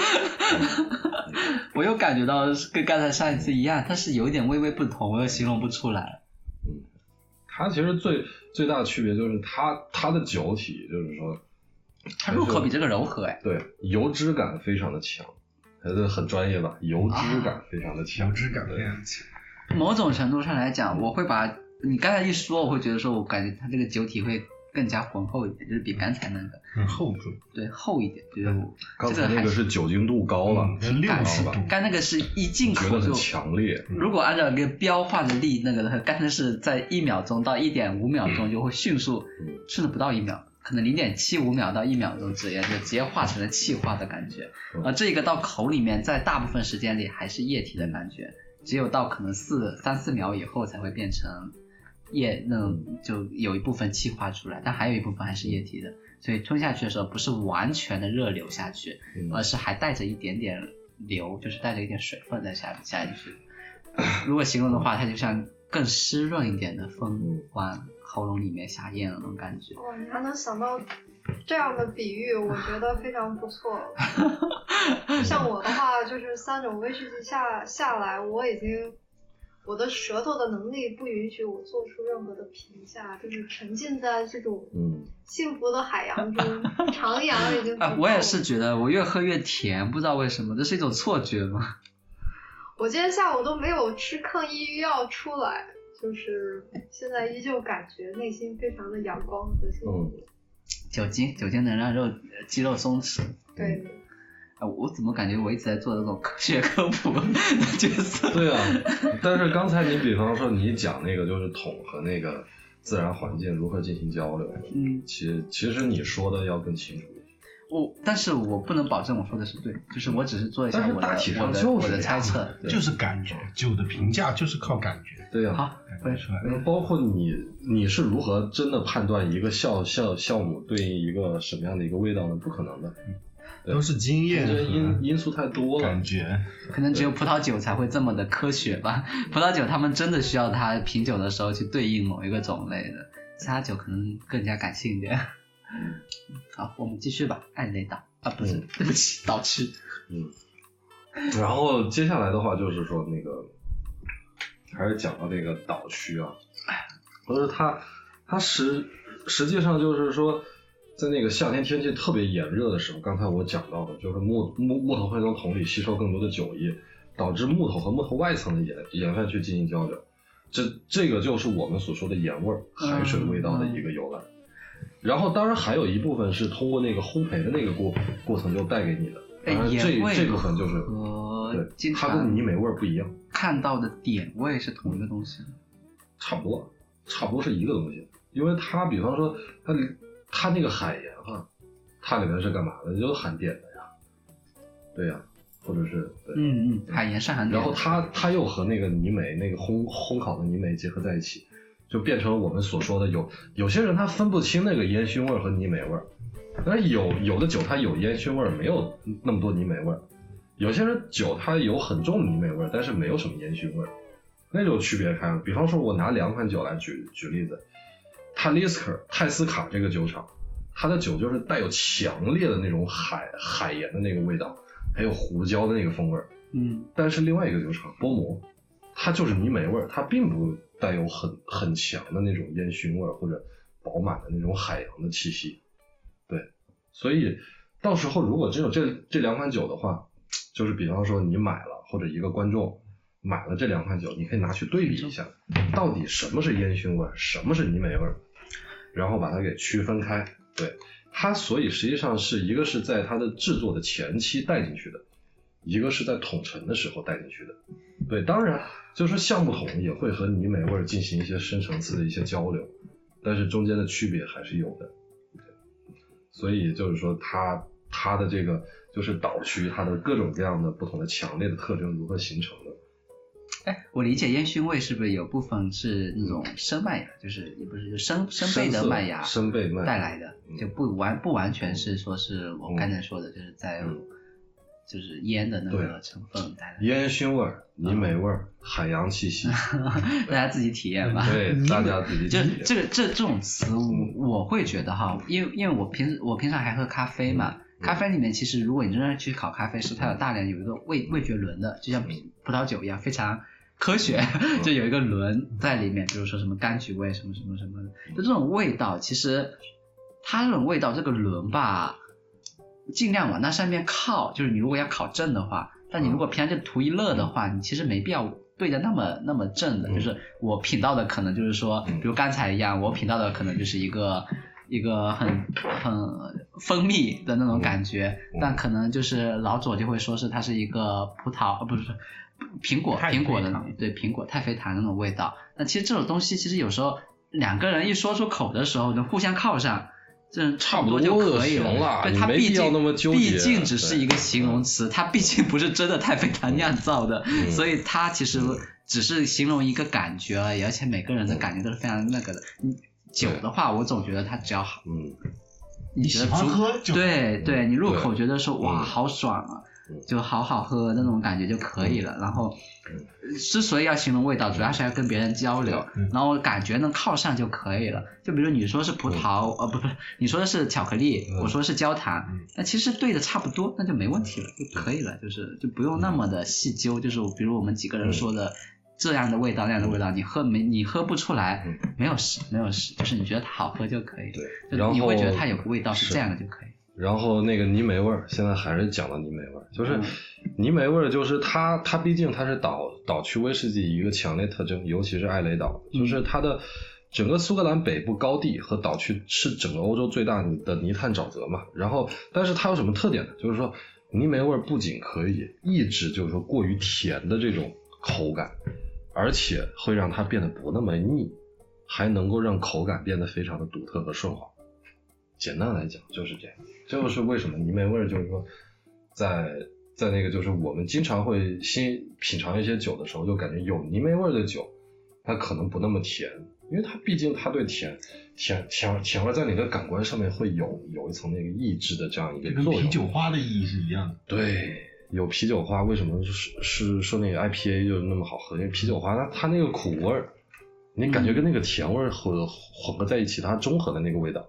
(laughs) 我又感觉到跟刚才上一次一样，但是有一点微微不同，我又形容不出来。它其实最最大的区别就是它它的酒体，就是说它入口比这个柔和哎，对油脂感非常的强，还是很专业吧？油脂感非常的强，啊油脂感非常强，某种程度上来讲，我会把你刚才一说，我会觉得说我感觉它这个酒体会更加浑厚一点，就是比刚才那个很厚重，对厚一点，觉得我刚这才那还个是酒精度高嗯了，六十度，刚那个是一进觉口得很就。强烈。如果按照一个标化的力，那个的话刚才是在一秒钟到一点五秒钟就会迅速，嗯甚至不到一秒，可能零点七五秒到一秒钟之间就直接化成了气化的感觉嗯。而这个到口里面，在大部分时间里还是液体的感觉，只有到可能四三四秒以后才会变成液，那种嗯就有一部分气化出来，但还有一部分还是液体的。所以吞下去的时候不是完全的热流下去，而嗯呃是还带着一点点流，就是带着一点水分在下下进去。如果形容的话，它就像更湿润一点的风嗯往喉咙里面下咽的那种感觉。哦哇，你还能想到这样的比喻，我觉得非常不错。像我的话，就是三种威士忌下下来，我已经我的舌头的能力不允许我做出任何的评价，就是沉浸在这种嗯，幸福的海洋中，徜徉已经不啊，够我也是。觉得我越喝越甜，不知道为什么，这是一种错觉吗？ (laughs) 我今天下午都没有吃抗抑郁药出来，就是现在依旧感觉内心非常的阳光和幸嗯福。酒精，酒精能让肉肌肉松弛。对，啊，我怎么感觉我一直在做那种科学科普的角色？ (laughs) 对啊，但是刚才你比方说你讲那个就是桶和那个自然环境如何进行交流，嗯，其其实你说的要更清楚一些。我但是我不能保证我说的是对，就是我只是做一下但是我的大体上我的就我是的这猜样测。对就是感觉。酒的评价就是靠感觉，对呀、好，感对觉出来。嗯包括你你是如何真的判断一个酵酵酵母对应一个什么样的一个味道呢？不可能的，对都是经验这因和因素太多了感。觉。可能只有葡萄酒才会这么的科学吧。 (laughs) 葡萄酒他们真的需要它品酒的时候去对应某一个种类的，其他酒可能更加感性一点。 (laughs) 好，我们继续吧，艾雷岛啊，不是，嗯 (laughs) 对不起，岛区。然后接下来的话就是说那个，还是讲到那个岛区啊，就是它它实实际上就是说，在那个夏天天气特别炎热的时候，刚才我讲到的，就是木木木头会从桶里吸收更多的酒液，导致木头和木头外层的盐盐分去进行交流，这这个就是我们所说的盐味儿、海水味道的一个由来。然后，当然还有一部分是通过那个烘焙的那个过过程就带给你的，哎当然，这盐味这部分就是和对经，它跟常泥煤味儿不一样，看到的点味是同一个东西。差不多，差不多是一个东西。因为它，比方说它它那个海盐啊，它里面是干嘛的？就是含碘的呀，对呀、或者是对。嗯嗯，海盐是含碘的。然后它它又和那个泥煤那个烘烘烤的泥煤结合在一起，就变成我们所说的有有些人他分不清那个烟熏味儿和泥煤味儿，但是有有的酒它有烟熏味儿，没有那么多泥煤味儿；有些人酒它有很重的泥煤味儿，但是没有什么烟熏味儿。那就区别开了。比方说，我拿两款酒来举举例子，泰利斯克泰斯卡这个酒厂，它的酒就是带有强烈的那种海海盐的那个味道，还有胡椒的那个风味儿。嗯但是另外一个酒厂波摩，它就是泥煤味儿，它并不带有很很强的那种烟熏味儿或者饱满的那种海洋的气息。对，所以到时候如果只有这这两款酒的话，就是比方说你买了或者一个观众买了这两款酒，你可以拿去对比一下，到底什么是烟熏味儿，什么是泥煤味儿，然后把它给区分开。对，它所以实际上是一个是在它的制作的前期带进去的，一个是在统陈的时候带进去的。对，当然就是说橡木桶也会和泥煤味儿进行一些深层次的一些交流，但是中间的区别还是有的。所以就是说它它的这个就是岛区它的各种各样的不同的强烈的特征如何形成的。哎，我理解烟熏味是不是有部分是那种生麦芽，就是也不是就生生焙的色麦芽生焙麦芽带来的，嗯就不完不完全是说是我刚才说的，就是在、嗯就是烟的那个对成分带来的，烟熏味儿、泥煤味儿、海洋气 (laughs) 息，大家自己体验吧。对大家自己就体验。这个这这种词我，嗯我会觉得哈，因为因为我平时我平常还喝咖啡嘛，嗯咖啡里面其实如果你真的去烤咖啡师，它有大量有一个味味觉轮的，就像嗯葡萄酒一样，非常科学， (laughs) 就有一个轮在里面，比如说什么柑橘味，什么什么什么的，就这种味道，其实它这种味道这个轮吧，尽量往那上面靠，就是你如果要考证的话，但你如果偏这图一乐的话，你其实没必要对的那么那么正的，嗯就是我品到的可能就是说，嗯比如刚才一样，我品到的可能就是一个一个很很蜂蜜的那种感觉，嗯但可能就是老左就会说是它是一个葡萄，呃不是苹果太妃苹果的糖对苹果太妃糖那种味道。那其实这种东西其实有时候两个人一说出口的时候能互相靠上。这差不多就可以差不多就行了对，你它没毕必要竟那么纠结啊毕竟只是一个形容对词，它毕竟不是真的太妃糖酿造的，嗯所以它其实只是形容一个感觉而已，而且每个嗯人的感觉都是非常那个的。你酒的话，我总觉得它只要好，嗯，你觉喜得欢足喝就对对，你入对口觉得说嗯哇好爽啊嗯，就好好喝那种感觉就可以了。然后嗯之所以要形容味道，主要是要跟别人交流，然后感觉能靠上就可以了。就比如你说是葡萄，呃不不，你说的是巧克力，嗯我说是焦糖嗯，那其实对的差不多，那就没问题了，就可以了，就是就不用那么嗯的细究。就是比如我们几个人说的。这样的味道，那样的味道，你喝没你喝不出来嗯，没有事，没有事，就是你觉得它好喝就可以了。对。就然后你会觉得它有个味道是是这样的就可以。然后那个泥煤味儿，现在还是讲到泥煤味儿，就是嗯泥煤味儿，就是它它毕竟它是岛岛区威士忌一个强烈特征，尤其是艾雷岛，就是它的整个苏格兰北部高地和岛区是整个欧洲最大的泥炭沼泽嘛。然后，但是它有什么特点呢？就是说泥煤味儿不仅可以抑制，就是说过于甜的这种口感，而且会让它变得不那么腻，还能够让口感变得非常的独特和顺滑。简单来讲就是这样，这就是为什么泥煤味儿，就是说在在那个就是我们经常会新品尝一些酒的时候，就感觉有泥煤味儿的酒，它可能不那么甜，因为它毕竟它对甜甜甜甜味儿在你的感官上面会有有一层那个抑制的这样一个这跟作用啤。酒花的意义是一样的。对，有啤酒花，为什么是是说那个 IPA 就那么好喝？因为啤酒花它它那个苦味儿，你感觉跟那个甜味儿混混合在一起，它中和的那个味道。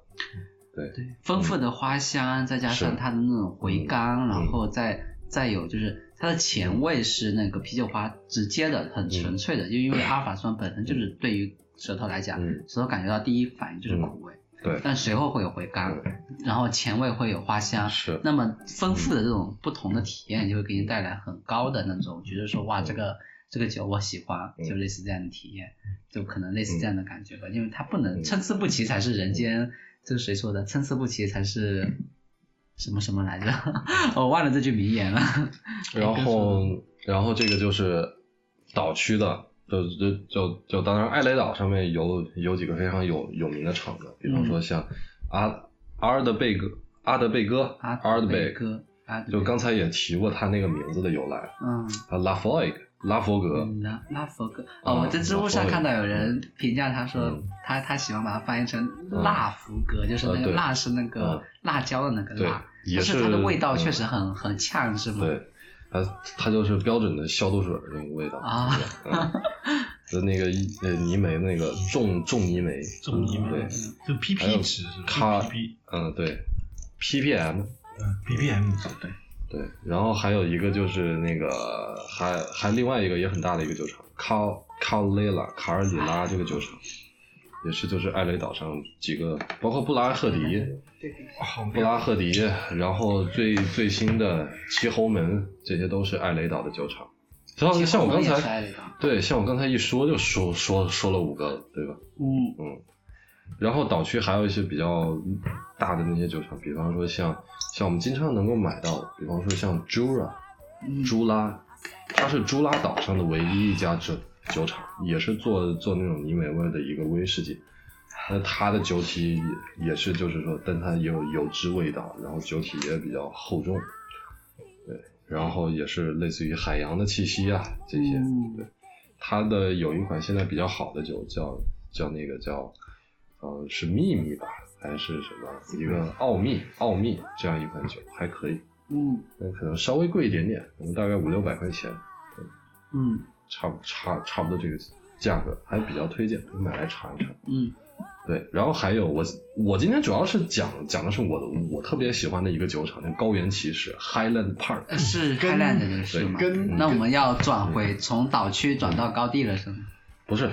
对，丰富的花香，再加上是嗯它的那种回甘，然后再再有就是它的前味是那个啤酒花直接的，嗯很纯粹的，就因为阿尔法酸本身就是对于舌头来讲，嗯舌头感觉到第一反应就是苦味，对但随后会有回嗯甘，然后前味会有花香。是，嗯那么丰富的这种不同的体验，就会给你带来很高的那种，觉得说哇，这个这个酒我喜欢，嗯就类似这样的体验，就可能类似这样的感觉吧。因为它不能嗯参差不齐才是人间，这是谁说的？参差不齐才是什么什么来着？ (laughs) 我忘了这句名言了。 (laughs) 然后然后这个就是岛区的。就就就就，当然，艾雷岛上面有有几个非常有有名的厂子，比嗯方说像阿、阿尔德贝格、阿德贝哥、哎阿阿尔德贝贝哥，阿德贝就刚才也提过他那个名字的由来，嗯。啊，拉佛埃格，拉佛格，嗯拉拉佛格哦，啊我在知乎上拉佛格看到有人评价他说嗯他他喜欢把它翻译成辣福格，就是那呃个对辣是那个嗯辣椒的那个对辣，也但是它的是味道嗯确实很很呛，是吗？ (laughs) 对，它它就是标准的消毒水儿那个味道啊嗯的那个呃泥煤那个重重泥煤，重泥煤嗯对，就还有 PP 值是吧咖？PP 嗯对，ppm 嗯 PPM 对，对，然后还有一个就是那个还还另外一个也很大的一个酒厂，卡卡雷拉卡尔里拉这个酒厂，也是就是艾雷岛上几个，包括布拉赫迪。好布拉赫迪，然后最最新的齐侯门，这些都是艾雷岛的酒厂。然后像我刚其实也是爱才雷达对，像我刚才一说就说说说了五个了，对吧？嗯，然后岛区还有一些比较大的那些酒厂，比方说像像我们经常能够买到的，比方说像 Jura 嗯朱拉，它是朱拉岛上的唯一一家酒酒厂，也是做做那种泥美味的一个威士忌。那它的酒体也也是，就是说，但它也有油脂味道，然后酒体也比较厚重，对，然后也是类似于海洋的气息啊这些，嗯对。它的有一款现在比较好的酒叫叫那个叫，呃，是秘密吧，还是什么一个奥秘奥秘这样一款酒还可以，嗯那可能稍微贵一点点，可能大概五六百块钱，嗯差不差差不多这个价格，还比较推荐，可以买来尝一尝。嗯对，然后还有我我今天主要是讲讲的是我的我特别喜欢的一个酒厂，叫高原骑士 Highland Park。呃是跟 Highland 的人是吗？跟那我们要嗯转回从岛区转到高地了是吗？不是，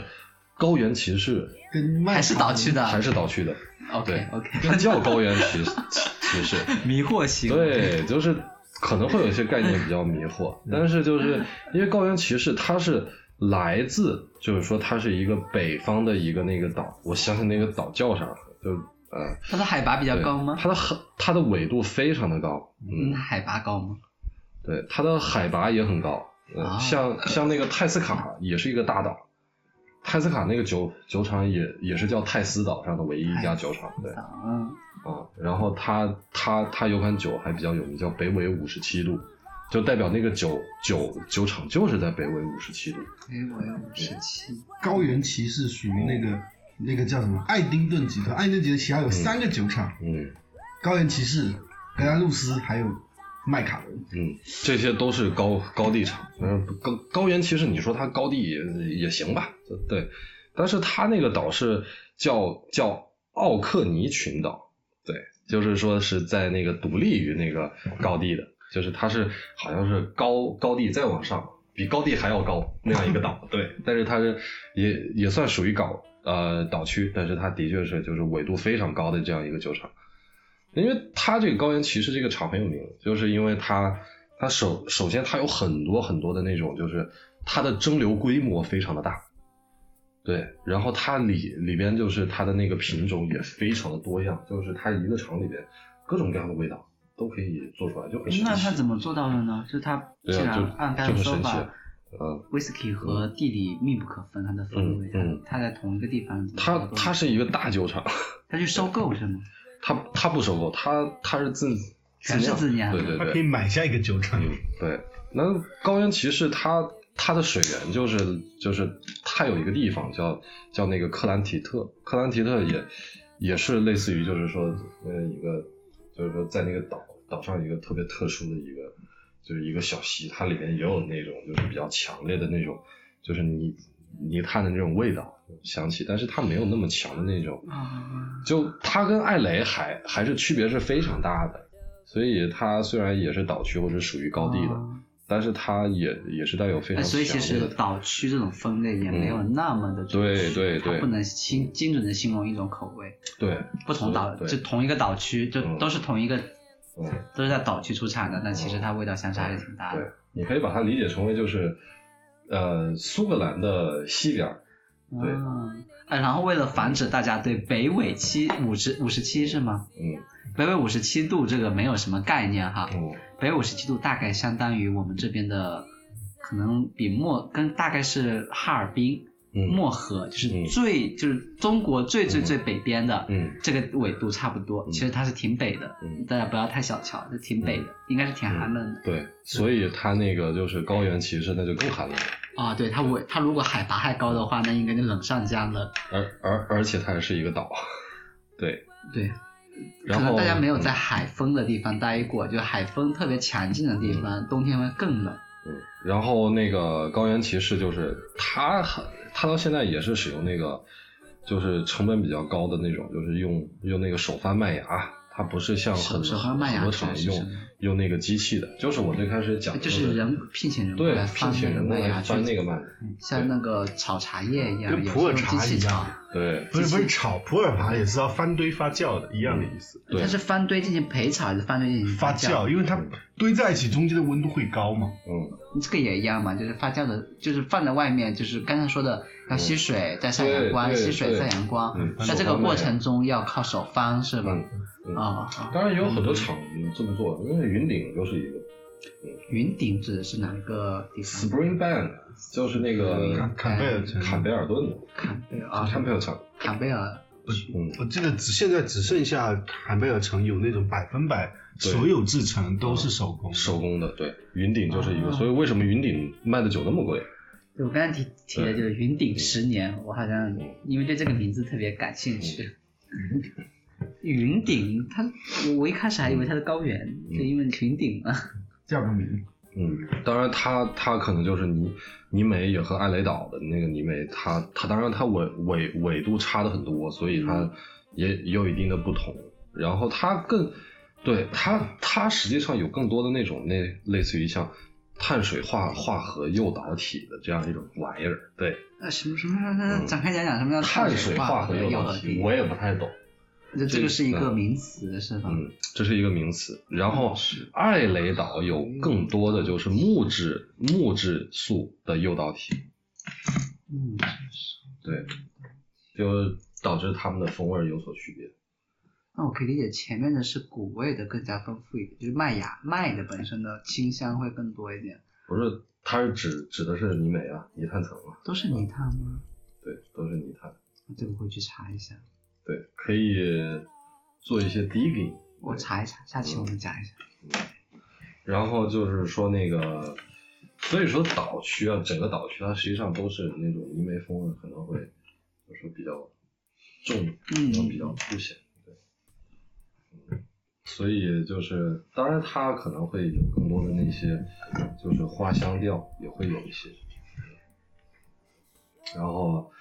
高原骑士跟麦还是岛区的还是岛区的， ？OK 对 OK，它叫高原骑骑骑士。迷惑型。对，就是可能会有一些概念比较迷惑，嗯但是就是因为高原骑士它是来自，就是说它是一个北方的一个那个岛，我想想那个岛叫啥，就呃它的海拔比较对高吗？它的很它的纬度非常的高，嗯，嗯，海拔高吗？对，它的海拔也很高，嗯，啊 (laughs) 像像那个泰斯卡也是一个大岛。泰斯卡那个酒酒厂也也是叫泰斯岛上的唯一哎一家酒厂，对，嗯，啊，然后它它它有款酒还比较有名，叫北纬五十七度，就代表那个酒酒酒厂就是在北纬五十七度。哎，我有五十七。高原骑士属于那哦个那个叫什么爱丁顿集团，爱丁顿集团旗下有三个酒厂，嗯高原骑士、格兰露斯还有麦卡伦。嗯，这些都是高高地厂。嗯，高高原其实你说它高地也也行吧，对，但是它那个岛是叫叫奥克尼群岛，对，就是说是在那个独立于那个高地的，就是它是好像是高高地再往上，比高地还要高那样一个 (laughs) 岛，对，但是它是也也算属于港呃岛区，但是它的确是就是纬度非常高的这样一个酒厂，因为它这个高原骑士这个厂很有名，就是因为它它首首先它有很多很多的那种就是它的蒸馏规模非常的大。对，然后它里里边就是它的那个品种也非常的多样，就是它一个厂里边各种各样的味道都可以做出来，就很神奇。那他怎么做到的呢？就他对竟啊，就然按他就的很说神奇法，。嗯， whisky 和地理密不可分，它的风味，啊嗯嗯它在同一个地方怎么它做到的，它是一个大酒厂，它去收购是吗？它它不收购，它它是自全是自酿对对他对嗯可以，买下一个酒厂，对，那高原骑士它它的水源就是就是它有一个地方叫叫那个克兰提特，克兰提特也也是类似于就是说呃一个就是说在那个岛岛上一个特别特殊的一个就是一个小溪，它里面也有那种就是比较强烈的那种就是泥泥炭的那种味道响起，但是它没有那么强的那种啊，就它跟艾雷还还是区别是非常大的，所以它虽然也是岛区或者属于高地的，哦但是它也也是带有非哎常所以强其烈实的。嗯岛区这种分类也没有那么的准对确，对对它不能精精准的形容一种口味，对，不同岛对就同一个岛区就嗯都是同一个嗯，都是啊在岛区出产的，但其实它味道相差还是挺大对的。，你可以把它理解成为就是，呃，苏格兰的西边儿，对嗯，啊，然后为了防止大家对北纬七五十五十七是吗？嗯北纬五十七度这个没有什么概念哈，嗯北纬五十七度大概相当于我们这边的，可能比漠跟大概是哈尔滨、嗯漠河，就是嗯最就是中国最最最北边的嗯这个纬度差不多。嗯其实它是挺北的，嗯，大家不要太小瞧，就挺北的，应该是挺寒冷的对，所以它那个就是高原骑士，那就更寒冷了，啊。对它纬它如果海拔还高的嗯话，那应该就冷上加冷。而而而且它也是一个岛， (laughs) 对，对，可然能后大家没有在嗯海风的地方待过，就海风特别强劲的地嗯方，冬天会更冷。嗯，然后那个高原骑士就是它很他到现在也是使用那个，就是成本比较高的那种，就是用用那个手翻麦芽，它不是像手很手翻麦芽很多厂是用什么用那个机器的，就是我最开始讲的就是人聘请人过对来聘翻请那个人过麦来芽翻那去个麦，嗯像那个炒茶叶一样，跟也是普洱用机茶器一炒样，对不是不是炒普洱茶也是要翻堆发酵的，一样的意思。对它是翻堆进行焙炒还是翻堆进行发酵？酵，因为它堆在一起，中间的温度会高嘛。嗯这个也一样嘛，就是发酵的，就是放在外面，就是刚才说的要吸水再晒嗯对阳光，对吸水对晒阳光，嗯，在这个过程中要靠手翻是吧？嗯嗯啊、啊当然也有很多厂这么做，因为云顶就是一个云顶指的是哪个地方？ Spring Band，就是那个坎坎贝尔城，坎贝尔顿的坎贝尔啊，坎贝尔厂，坎贝尔，嗯，我记得只现在只剩下坎贝尔城有那种百分百对嗯所有制成都是手工，手工的，对，云顶就是一个，啊所以为什么云顶卖的酒那么贵？对我刚才提提的就是云顶十年，我好像因为对这个名字特别感兴趣。云顶，它我一开始还以为它是高原，就因为云顶嘛。叫个名。嗯，当然它它可能就是泥泥煤也和艾雷岛的那个泥煤，它它当然它纬纬纬度差的很多，所以它也也有一定的不同。然后它更对它它实际上有更多的那种那类似于像碳水化化合诱导体的这样一种玩意儿，对，呃，什么什么什么，展开讲讲什么叫碳水水化合合诱导导体我也不太懂，这这个是一这个嗯名词是吧？嗯，这是一个名词。然后是艾雷岛有更多的就是木质木质素的诱导体，嗯，对，就导致它们的风味有所区别。那我可以理解前面的是谷味的更加丰富一点，就是麦芽麦的本身的清香会更多一点。不是，它是指指的是泥煤啊，泥炭层啊，都是泥炭吗？对，都是泥炭，这个回去查一下，对，可以做一些 digging，我查一查，下期我们讲一下。然后就是说那个，所以说岛区啊，整个岛区它实际上都是那种泥煤风味可能会就是比较重，嗯比较凸显，对，嗯所以就是当然它可能会有更多的那些就是花香调也会有一些，然后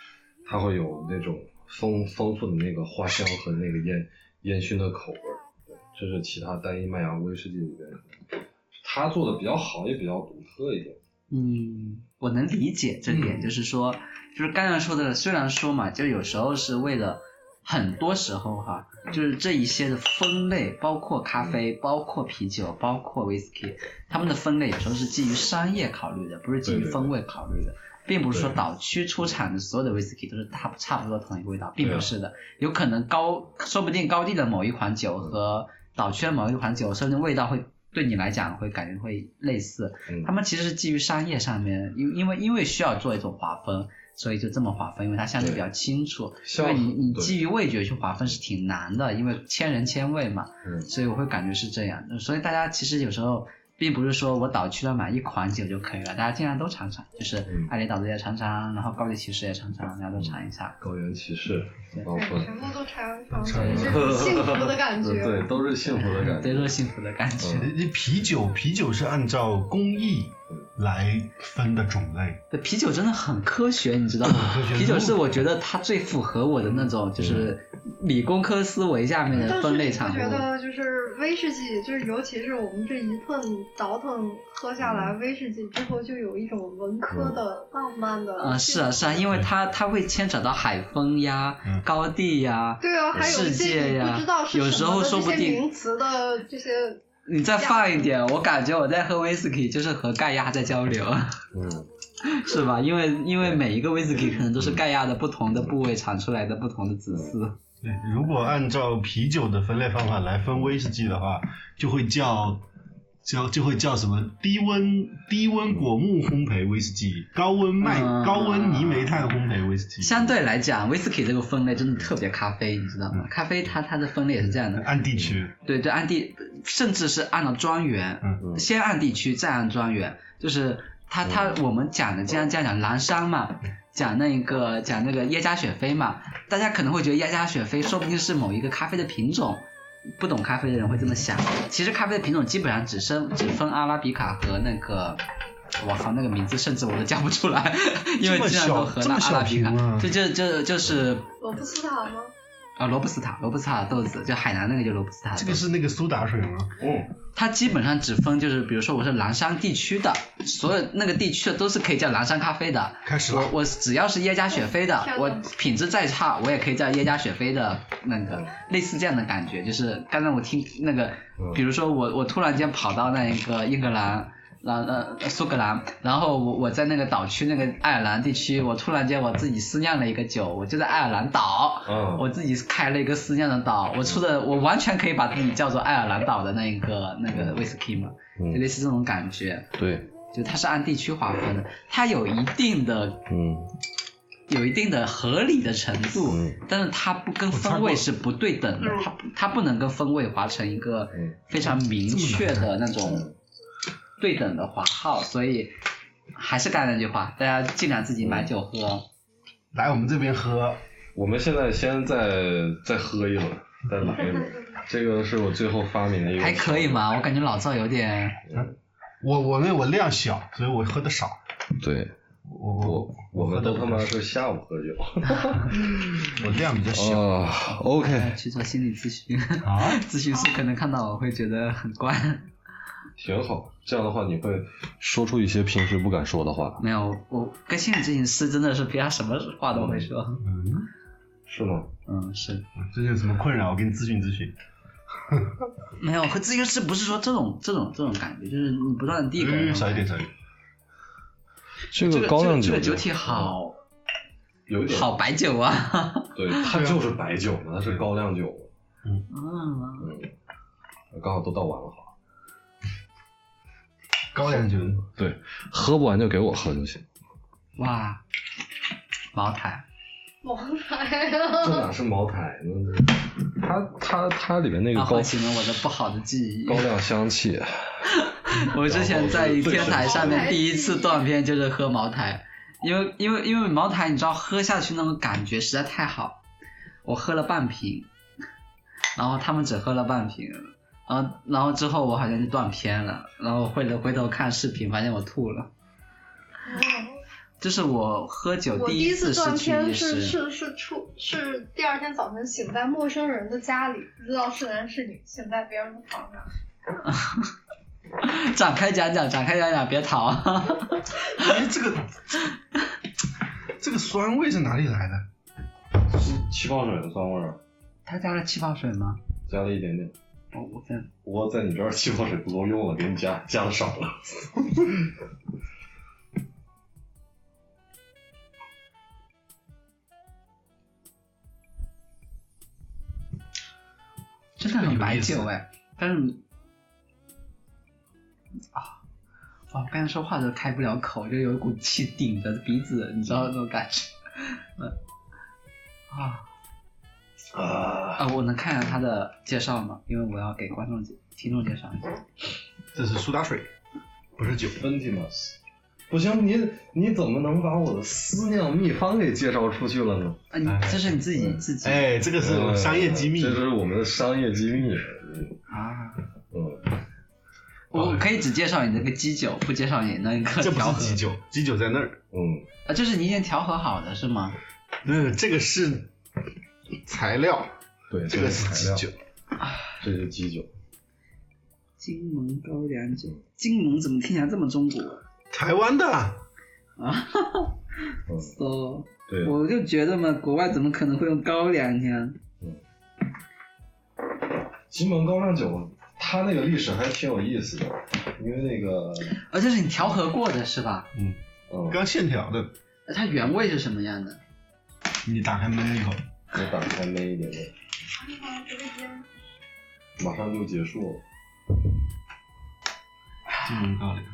它会有那种丰丰富的那个花香和那个烟烟熏的口味儿。对，这是其他单一麦芽威士忌里边可能它做的比较好，也比较独特一点。嗯，我能理解这点，嗯就是说，就是刚才说的，虽然说嘛，就有时候是为了，很多时候哈，就是这一些的分类，包括咖嗯啡，包括啤酒，包括 whisky，他们的分类有时候是基于商业考虑的，不是基于对对风味考虑的。并不是说对岛区出产的所有的 whisky 都是差不差不多同一个味道，并对不啊是的，有可能高，说不定高地的某一款酒和岛区的某一款酒，甚至味道会对你来讲会感觉会类似，嗯他，们其实是基于商业上面，因因为因为需要做一种划分，所以就这么划分，因为它相对比较清楚。因像为你你对基于味觉去划分是挺难的，因为千人千味嘛，嗯所以我会感觉是这样。所以大家其实有时候并不是说我岛区了买一款酒就可以了，大家尽量都尝尝，就是嗯爱雷岛的也尝尝，然后高地骑士也尝尝，大家都尝一下。高原骑士，包对，嗯括全部都尝尝，尝这是很幸福 (laughs) 的感觉。对，都是幸福的感对，觉。都是幸福的感觉。嗯这啤酒啤酒是按照工艺来分的种类，对，啤酒真的很科学，你知道吗科？学啤酒是我觉得它最符合我的那种，就是理工科思维下面的但分是类你不产觉物。得就是威士忌，就是尤其是我们这一顿倒腾喝下来，嗯威士忌之后就有一种文科的浪漫的啊、是啊，劲是啊，因为它它会牵扯到海风呀、嗯高地呀。对啊，还有一世些界你呀不知道是有时什候么的说这不些定名词的这些，你再放一点，我感觉我在喝威士忌，就是和盖亚在交流， (laughs) 嗯，是吧？因为因为每一个威士忌可能嗯都是盖亚的不同的部位产出来的不同的子嗣。对，如果按照啤酒的分类方法来分威士忌的话，就会叫叫就会叫什么低温低温果木烘焙威士忌，高温麦、嗯高温泥煤炭烘焙威士忌，相对来讲，威士忌这个分类真的特别咖啡，你知道嗯吗？咖啡它它的分类也是这样的，按地区，对对，按地，甚至是按照庄园，嗯嗯先按地区，再按庄园，就是他他我们讲的，既然这样讲蓝山嘛，嗯讲那个讲那个耶加雪菲嘛，大家可能会觉得耶加雪菲说不定是某一个咖啡的品种，不懂咖啡的人会这么想。其实咖啡的品种基本上只分只分阿拉比卡和那个我靠，那个名字甚至我都叫不出来，因为这么经常小都河南这么阿小拉比瓶卡，啊这这这就是罗布斯塔吗？啊罗布斯塔，罗布斯塔豆子，就海南那个就罗布斯塔豆子。这个是那个苏打水吗？嗯，它基本上只分就是，比如说我是狼山地区的，所有那个地区的都是可以叫狼山咖啡的。开始我了，我只要是耶加雪菲的天，哪我品质再差，我也可以叫耶加雪菲的那个类似这样的感觉。就是刚才我听那个，嗯比如说我我突然间跑到那个英格兰。然后呃苏格兰，然后我我在那个岛区那个爱尔兰地区，我突然间我自己私酿了一个酒，我就在爱尔兰岛，嗯，我自己开了一个私酿的岛，我出的我完全可以把自己叫做爱尔兰岛的那一个那个 whisky 嘛，就嗯类似这种感觉，对，就它是按地区划分的，它有一定的嗯有一定的合理的程度，嗯但是它不跟我猜风过味是不对等的，它它不能跟风味划成一个嗯非常明确的那种对等的划号，所以还是刚才那句话，大家尽量自己买酒嗯喝，来我们这边喝，我们现在先再再喝一轮，再来一 (laughs) 轮。这个是我最后发明的一个，还可以？嘛，我感觉老赵有点。我我那我量小，所以我喝的少。对，我我我们都他妈是下午喝酒。我量比较小哦，OK，呃去做心理咨询，啊。咨询师可能看到我会觉得很怪。挺好。这样的话，你会说出一些平时不敢说的话，没有，我跟心理咨询师真的是平常什么话都会说。嗯，是吗？嗯，是最近有什么困扰？我给你咨询咨询。没有和咨询师不是说这种这种这种感觉，就是你不断的递给嗯我。少一点，少一点。这个这个高这粱个酒嗯这就，个酒体好有一点好，白酒啊。对， (laughs) 它就是白酒嘛，它是高粱酒嘛。嗯，刚好都倒完了，好。高粱酒，对，喝不完就给我喝就行。哇，茅台，茅台啊这！哪是茅台呢？它它它里面那个然后高唤醒了我的不好的记忆。高粱香气，我之前在天台上面第一次断片就是喝茅台，因为因为因为茅台你知道喝下去那种感觉实在太好，我喝了半瓶，然后他们只喝了半瓶，然后然后之后我好像就断片了，然后回头回头看视频发现我吐了，这是我喝酒我第第一次次失断去片意是识。是是出是第二天早晨醒在陌生人的家里，不知道是男是女，醒在别人的床上。 (laughs) 展开讲讲，展开讲讲，别逃。 (laughs) 哎，这个这个酸味是哪里来的？气泡水的酸味儿，他加了气泡水吗？加了一点点。我我在不过在你这儿气泡水不够用了，给你加加的少了。真的很白酒哎，但是你啊，哇！我刚才说话都开不了口，就有一股气顶着鼻子，你知道那种感觉。嗯，啊啊，啊！我能看一下它的介绍吗？因为我要给观众介、听众介绍一下。这是苏打水，不是酒。 Fentimus。不行，你你怎么能把我的思酿秘方给介绍出去了呢？啊，你这是你自己自己哎，这个是商业机密呃哎这。是我们的商业机密。啊？嗯，我可以只介绍你那个基酒，不介绍你那个哦这不调是和基酒，基酒在那儿。嗯，啊，就是你已经调和好的是吗？嗯，这个是材料，对，这个是基基酒酒，，这是基酒。金门高粱酒，金门怎么听起来这么中国台湾的。啊？嗯， so 对，我就觉得嘛，国外怎么可能会用高粱呢？金门高粱酒，它那个历史还挺有意思的，因为那个，而且是你调和过的是吧？嗯，刚现调的，那它原味是什么样的？你打开闷一口，我打开那一点点，啊这个烟马上就结束了。金门高粱，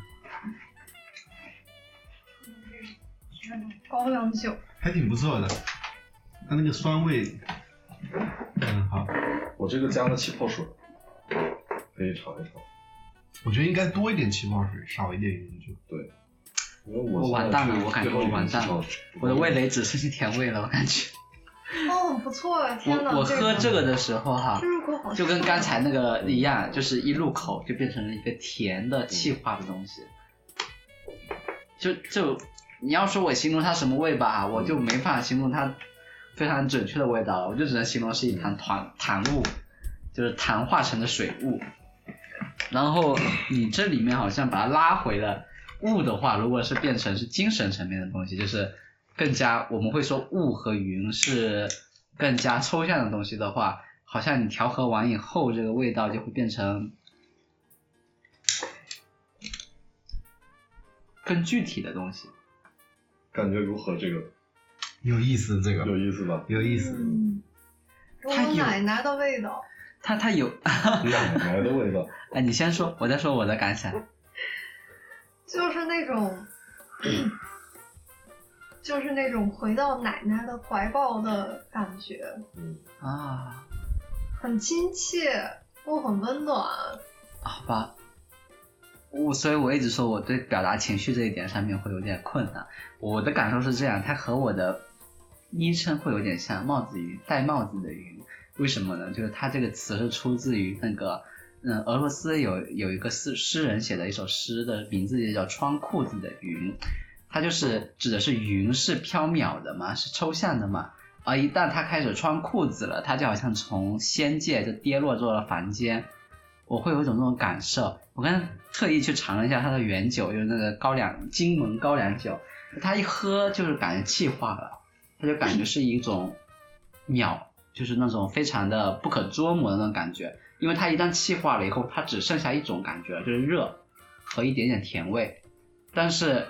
嗯高粱酒，还挺不错的。它那个酸味，嗯，好，我这个加了气泡水，可以尝一尝，我觉得应该多一点气泡水，少一点原酒。因为我我现在完蛋最了，我感觉最后我一瓶完气蛋泡了水，我的味蕾只剩下甜味了，我感觉。哦，不错啊！我天哪，我喝这个的时候哈、这个好，就跟刚才那个一样，就是一入口就变成了一个甜的气化的东西。就就你要说我形容它什么味吧，我就没法形容它非常准确的味道了，我就只能形容是一潭团痰雾，就是痰化成的水雾。然后你这里面好像把它拉回了雾的话，如果是变成是精神层面的东西，就是更加我们会说雾和云是更加抽象的东西的话，好像你调和完以后，这个味道就会变成更具体的东西。感觉如何？这个有意思这个有意思吧？ (laughs) 有意思，嗯，有它我有奶奶的味道。它它有，奶奶的味道，哎，你先说，我再说我的感想。就是那种， (clears throat) 就是那种回到奶奶的怀抱的感觉，嗯，啊，很亲切又很温暖。好吧，我所以我一直说我对表达情绪这一点上面会有点困难。我的感受是这样，它和我的昵称会有点像，帽子云，戴帽子的云。为什么呢？就是它这个词是出自于那个，嗯，俄罗斯有有一个诗诗人写的一首诗的名字也叫《穿裤子的云》，它就是指的是云是缥缈的嘛，是抽象的嘛。而啊一旦他开始穿裤子了，他就好像从仙界就跌落到了凡间，我会有一种那种感受。我刚才特意去尝了一下它的原酒，就是那个高粱金门高粱酒，它一喝就是感觉气化了，它就感觉是一种鸟，就是那种非常的不可捉摸的那种感觉。因为它一旦气化了以后，它只剩下一种感觉，就是热和一点点甜味。但是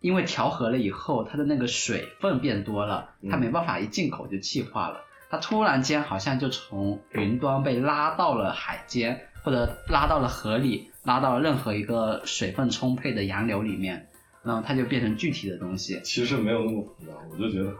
因为调和了以后，它的那个水分变多了，它没办法一进口就气化了。它突然间好像就从云端被拉到了海间，或者拉到了河里，拉到了任何一个水分充沛的洋流里面，然后它就变成具体的东西。其实没有那么复杂，我就觉得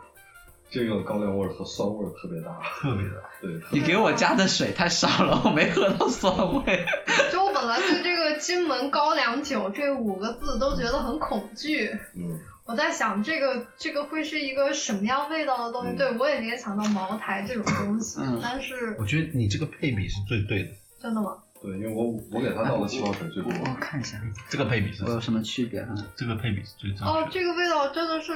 这个高粱味儿和酸味儿特别大， (laughs) 特别的。对，特你给我加的水太少了，我没喝到酸味。就我本来对这个“金门高粱酒”这五个字都觉得很恐惧，嗯，我在想这个这个会是一个什么样味道的东西？嗯对我也联想到茅台这种东西，嗯但是我觉得你这个配比是最对的，真的吗？对，因为我我给它倒了气泡水 (laughs) 最多，我看一下，这个配比是我有什么区别啊呢？呃这个配比是最正确的。哦，这个味道真的是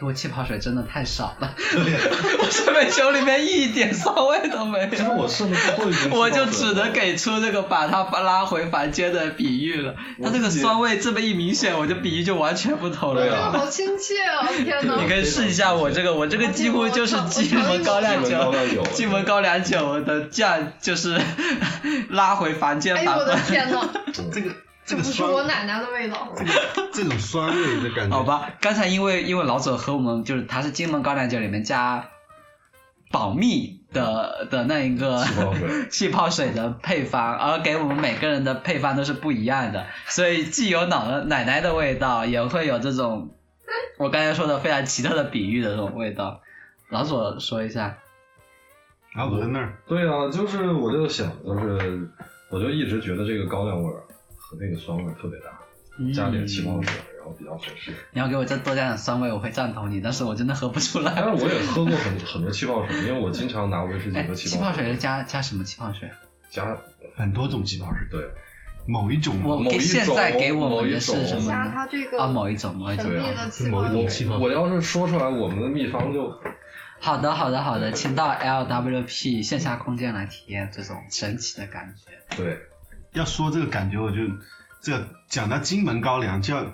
给我气泡水真的太少了，对， (laughs) 我这杯酒里面一点酸味都没 (laughs) 其实有。我剩了最后一瓶气泡水，我就只能给出这个把它拉回凡间的比喻了。它这个酸味这么一明显，我就比喻就完全不同了对真的啊呀。好亲切啊！天哪你，可以试一下我这个，我这个几乎就是金门高粱金门高酒，粱酒， (laughs) 金门高粱酒的酱就是 (laughs) 拉回凡间哎呦版我的 (laughs) 本。天哪，嗯这个这这个不是我酸，奶奶的味道。这个这种酸味的感觉，好吧，刚才因为因为老左和我们就是他是金门高粱酒里面加保密的的那一个嗯气泡水 (laughs) 气泡水的配方，而给我们每个人的配方都是不一样的，所以既有奶奶奶的味道，也会有这种我刚才说的非常奇特的比喻的这种味道。老左说一下，然后我在那儿，对啊，就是我就想，就是我就一直觉得这个高粱味儿和那个酸味儿特别大，加点气泡嗯水，然后比较合适。你要给我再多加点酸味，我会赞同你，但是我真的喝不出来。但是我也喝过很 (laughs) 很多气泡水，因为我经常拿威士忌哎，和气泡泡水是加加什么气泡水？加很多种气泡水，对，某一种我某给一现在种给我某们一的是种什么加呢？它这个啊，某一种，某一神种。秘的气泡某一水种，气泡我要是说出来我们的秘方就好的，好的，好的，请到 LWP 线下空间来体验这种神奇的感觉。对，要说这个感觉，我就这个讲到金门高粱，就要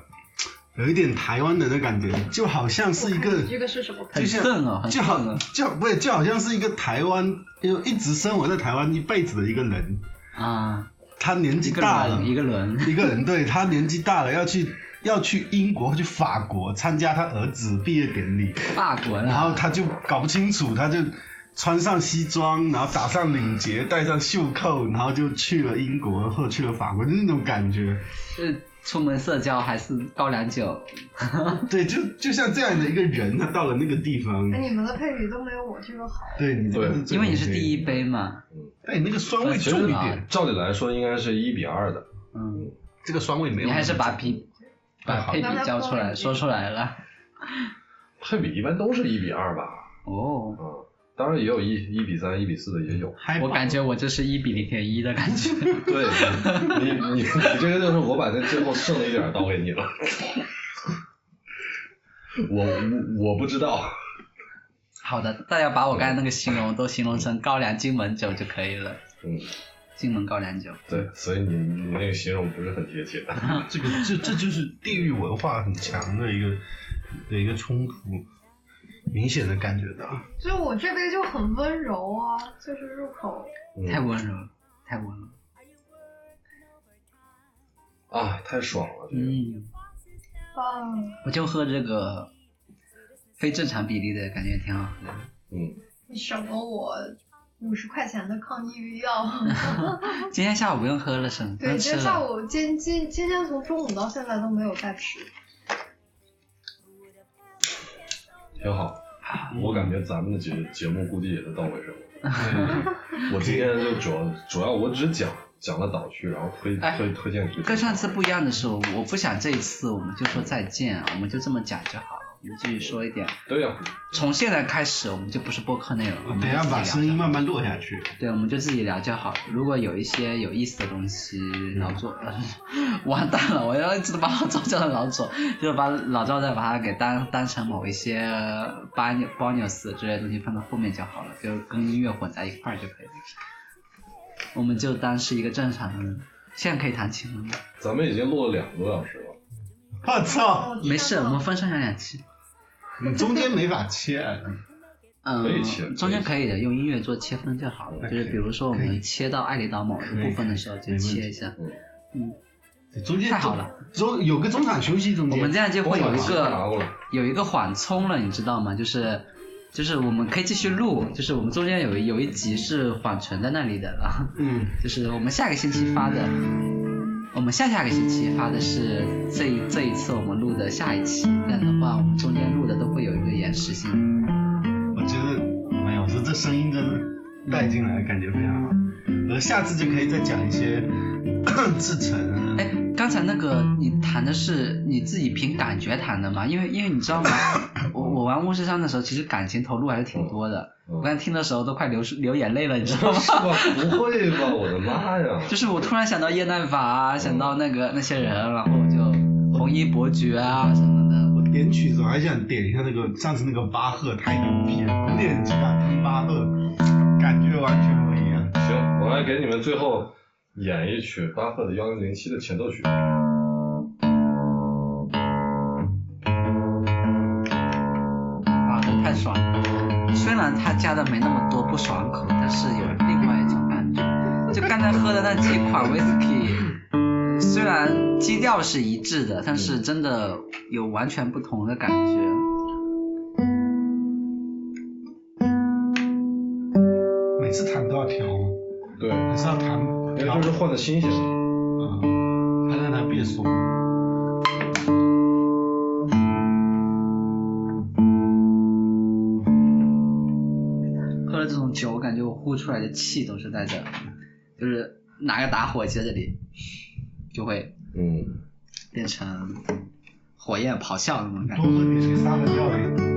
有一点台湾人的感觉，就好像是一我看个你这个是什么？很就像正哦，很就正好哦。就不是就好像是一个台湾就一直生活在台湾一辈子的一个人，啊，他年纪一个大了轮，，一个轮，一个人对他年纪大了要去 (laughs) 要去英国去法国参加他儿子毕业 (laughs) 典礼，法国然后呢？他就搞不清楚，他就穿上西装，然后打上领结，戴上袖扣，然后就去了英国或者去了法国，就那种感觉。是出门社交还是高粱酒？对，就就像这样的一个人，他到了那个地方哎，，你们的配比都没有我这个好。对你这个对这因个为你是东西第一，杯嘛。哎，那个酸味其重实一点，照理来说应该是一比二的，嗯，这个酸味没有。你还是把比把配比交出来，说出来了。配比一般都是一比二吧，哦，嗯，当然也有一一比三、一比四的也 (laughs) 有。嗨我感觉我这是一比零点一的感觉。对，你你你这个就是我把那最后剩的一点儿倒给你了。我我我不知道，好的，大家把我刚才那个形容都形容成高粱金门酒就可以了。嗯，金门高粱酒，对，所以你你那个形容不是很贴切。这个这这就是地域文化很强的一个的一个冲突，明显的感觉到。就是我这杯就很温柔啊，就是入口太嗯、温柔了，太温柔了。啊，太爽了，这个、嗯，棒。我就喝这个非正常比例的感觉挺好喝嗯的。嗯你省了我五十块钱的抗抑郁药。今天下午不用喝了，省对，能今吃天下了。午今今今天从中午到现在都没有再吃。挺好。我感觉咱们的节节目估计也是到尾声了。 (laughs) 我今天就主要主要我只讲讲了岛区，然后推哎推推荐给跟上次不一样的是，我不想这一次我们就说再见，我们就这么讲就好了。我们继续说一点，对呀、从现在开始我们就不是播客内容，我们等一下就自己把聊声就音好慢慢落下去。对，我们就自己聊就好。如果有一些有意思的东西，老左、 (laughs) 完蛋了，我要一直把老赵叫成老左，就把老赵再把它给当当成某一些 bon bonus 之类的东西放到后面就好了，就跟音乐混在一块儿就可以了。我们就当是一个正常的人。现在可以弹琴了吗？咱们已经录了两个多小时了。我操，哦没事，天我哪们分上下两期。你中间没法切。嗯，可以切中间可以的，用音乐做切分就好了。那就是可以比如说我可以们切到爱丽岛某一部分的时候，以就没问切题一下。嗯，嗯，中间太好了，中有个中场休息，中我间们这样就会有一拿个过来。有一个缓冲了，你知道吗？就是就是我们可以继续录，就是我们中间有有一集是缓存在那里的了， (laughs) 嗯，就是我们下个星期发的，我们下下个星期发的是这一这一次我们录的下一期，这样的话我们中间录的都会有一个延时性。我觉得没有，我说这声音真的带进来，感觉非常好。呃，下次就可以再讲一些 (coughs) 制成啊，哎，刚才那个你弹的是你自己凭感觉弹的吗？因为因为你知道吗？ (coughs) 我我玩巫师三的时候，其实感情投入还是挺多的，嗯我刚才听的时候都快流出流眼泪了，你知道吗？是吧？不会吧？我的妈呀！就是我突然想到叶奈法啊，想到那个那些人，然后我就红衣伯爵啊什么的。我点曲子我还想点一下那个上次那个巴赫，太牛逼了，古典吉他听巴赫，感觉完全不一样。行，我来给你们最后演一曲巴赫的幺零零七的前奏曲。哇，太爽了！虽然他加的没那么多不爽口，但是有另外一种感觉。就刚才喝的那几款 whisky，虽然基调是一致的，但是真的有完全不同的感觉。每次弹都要调吗？对，还是要弹因调为就是换的新鲜。啊，还让它变松。喝了这种酒，我感觉我呼出来的气都是在这，就是拿个打火机在这里，就会嗯，变成火焰咆哮那种感多觉。喝点水，杀了掉了。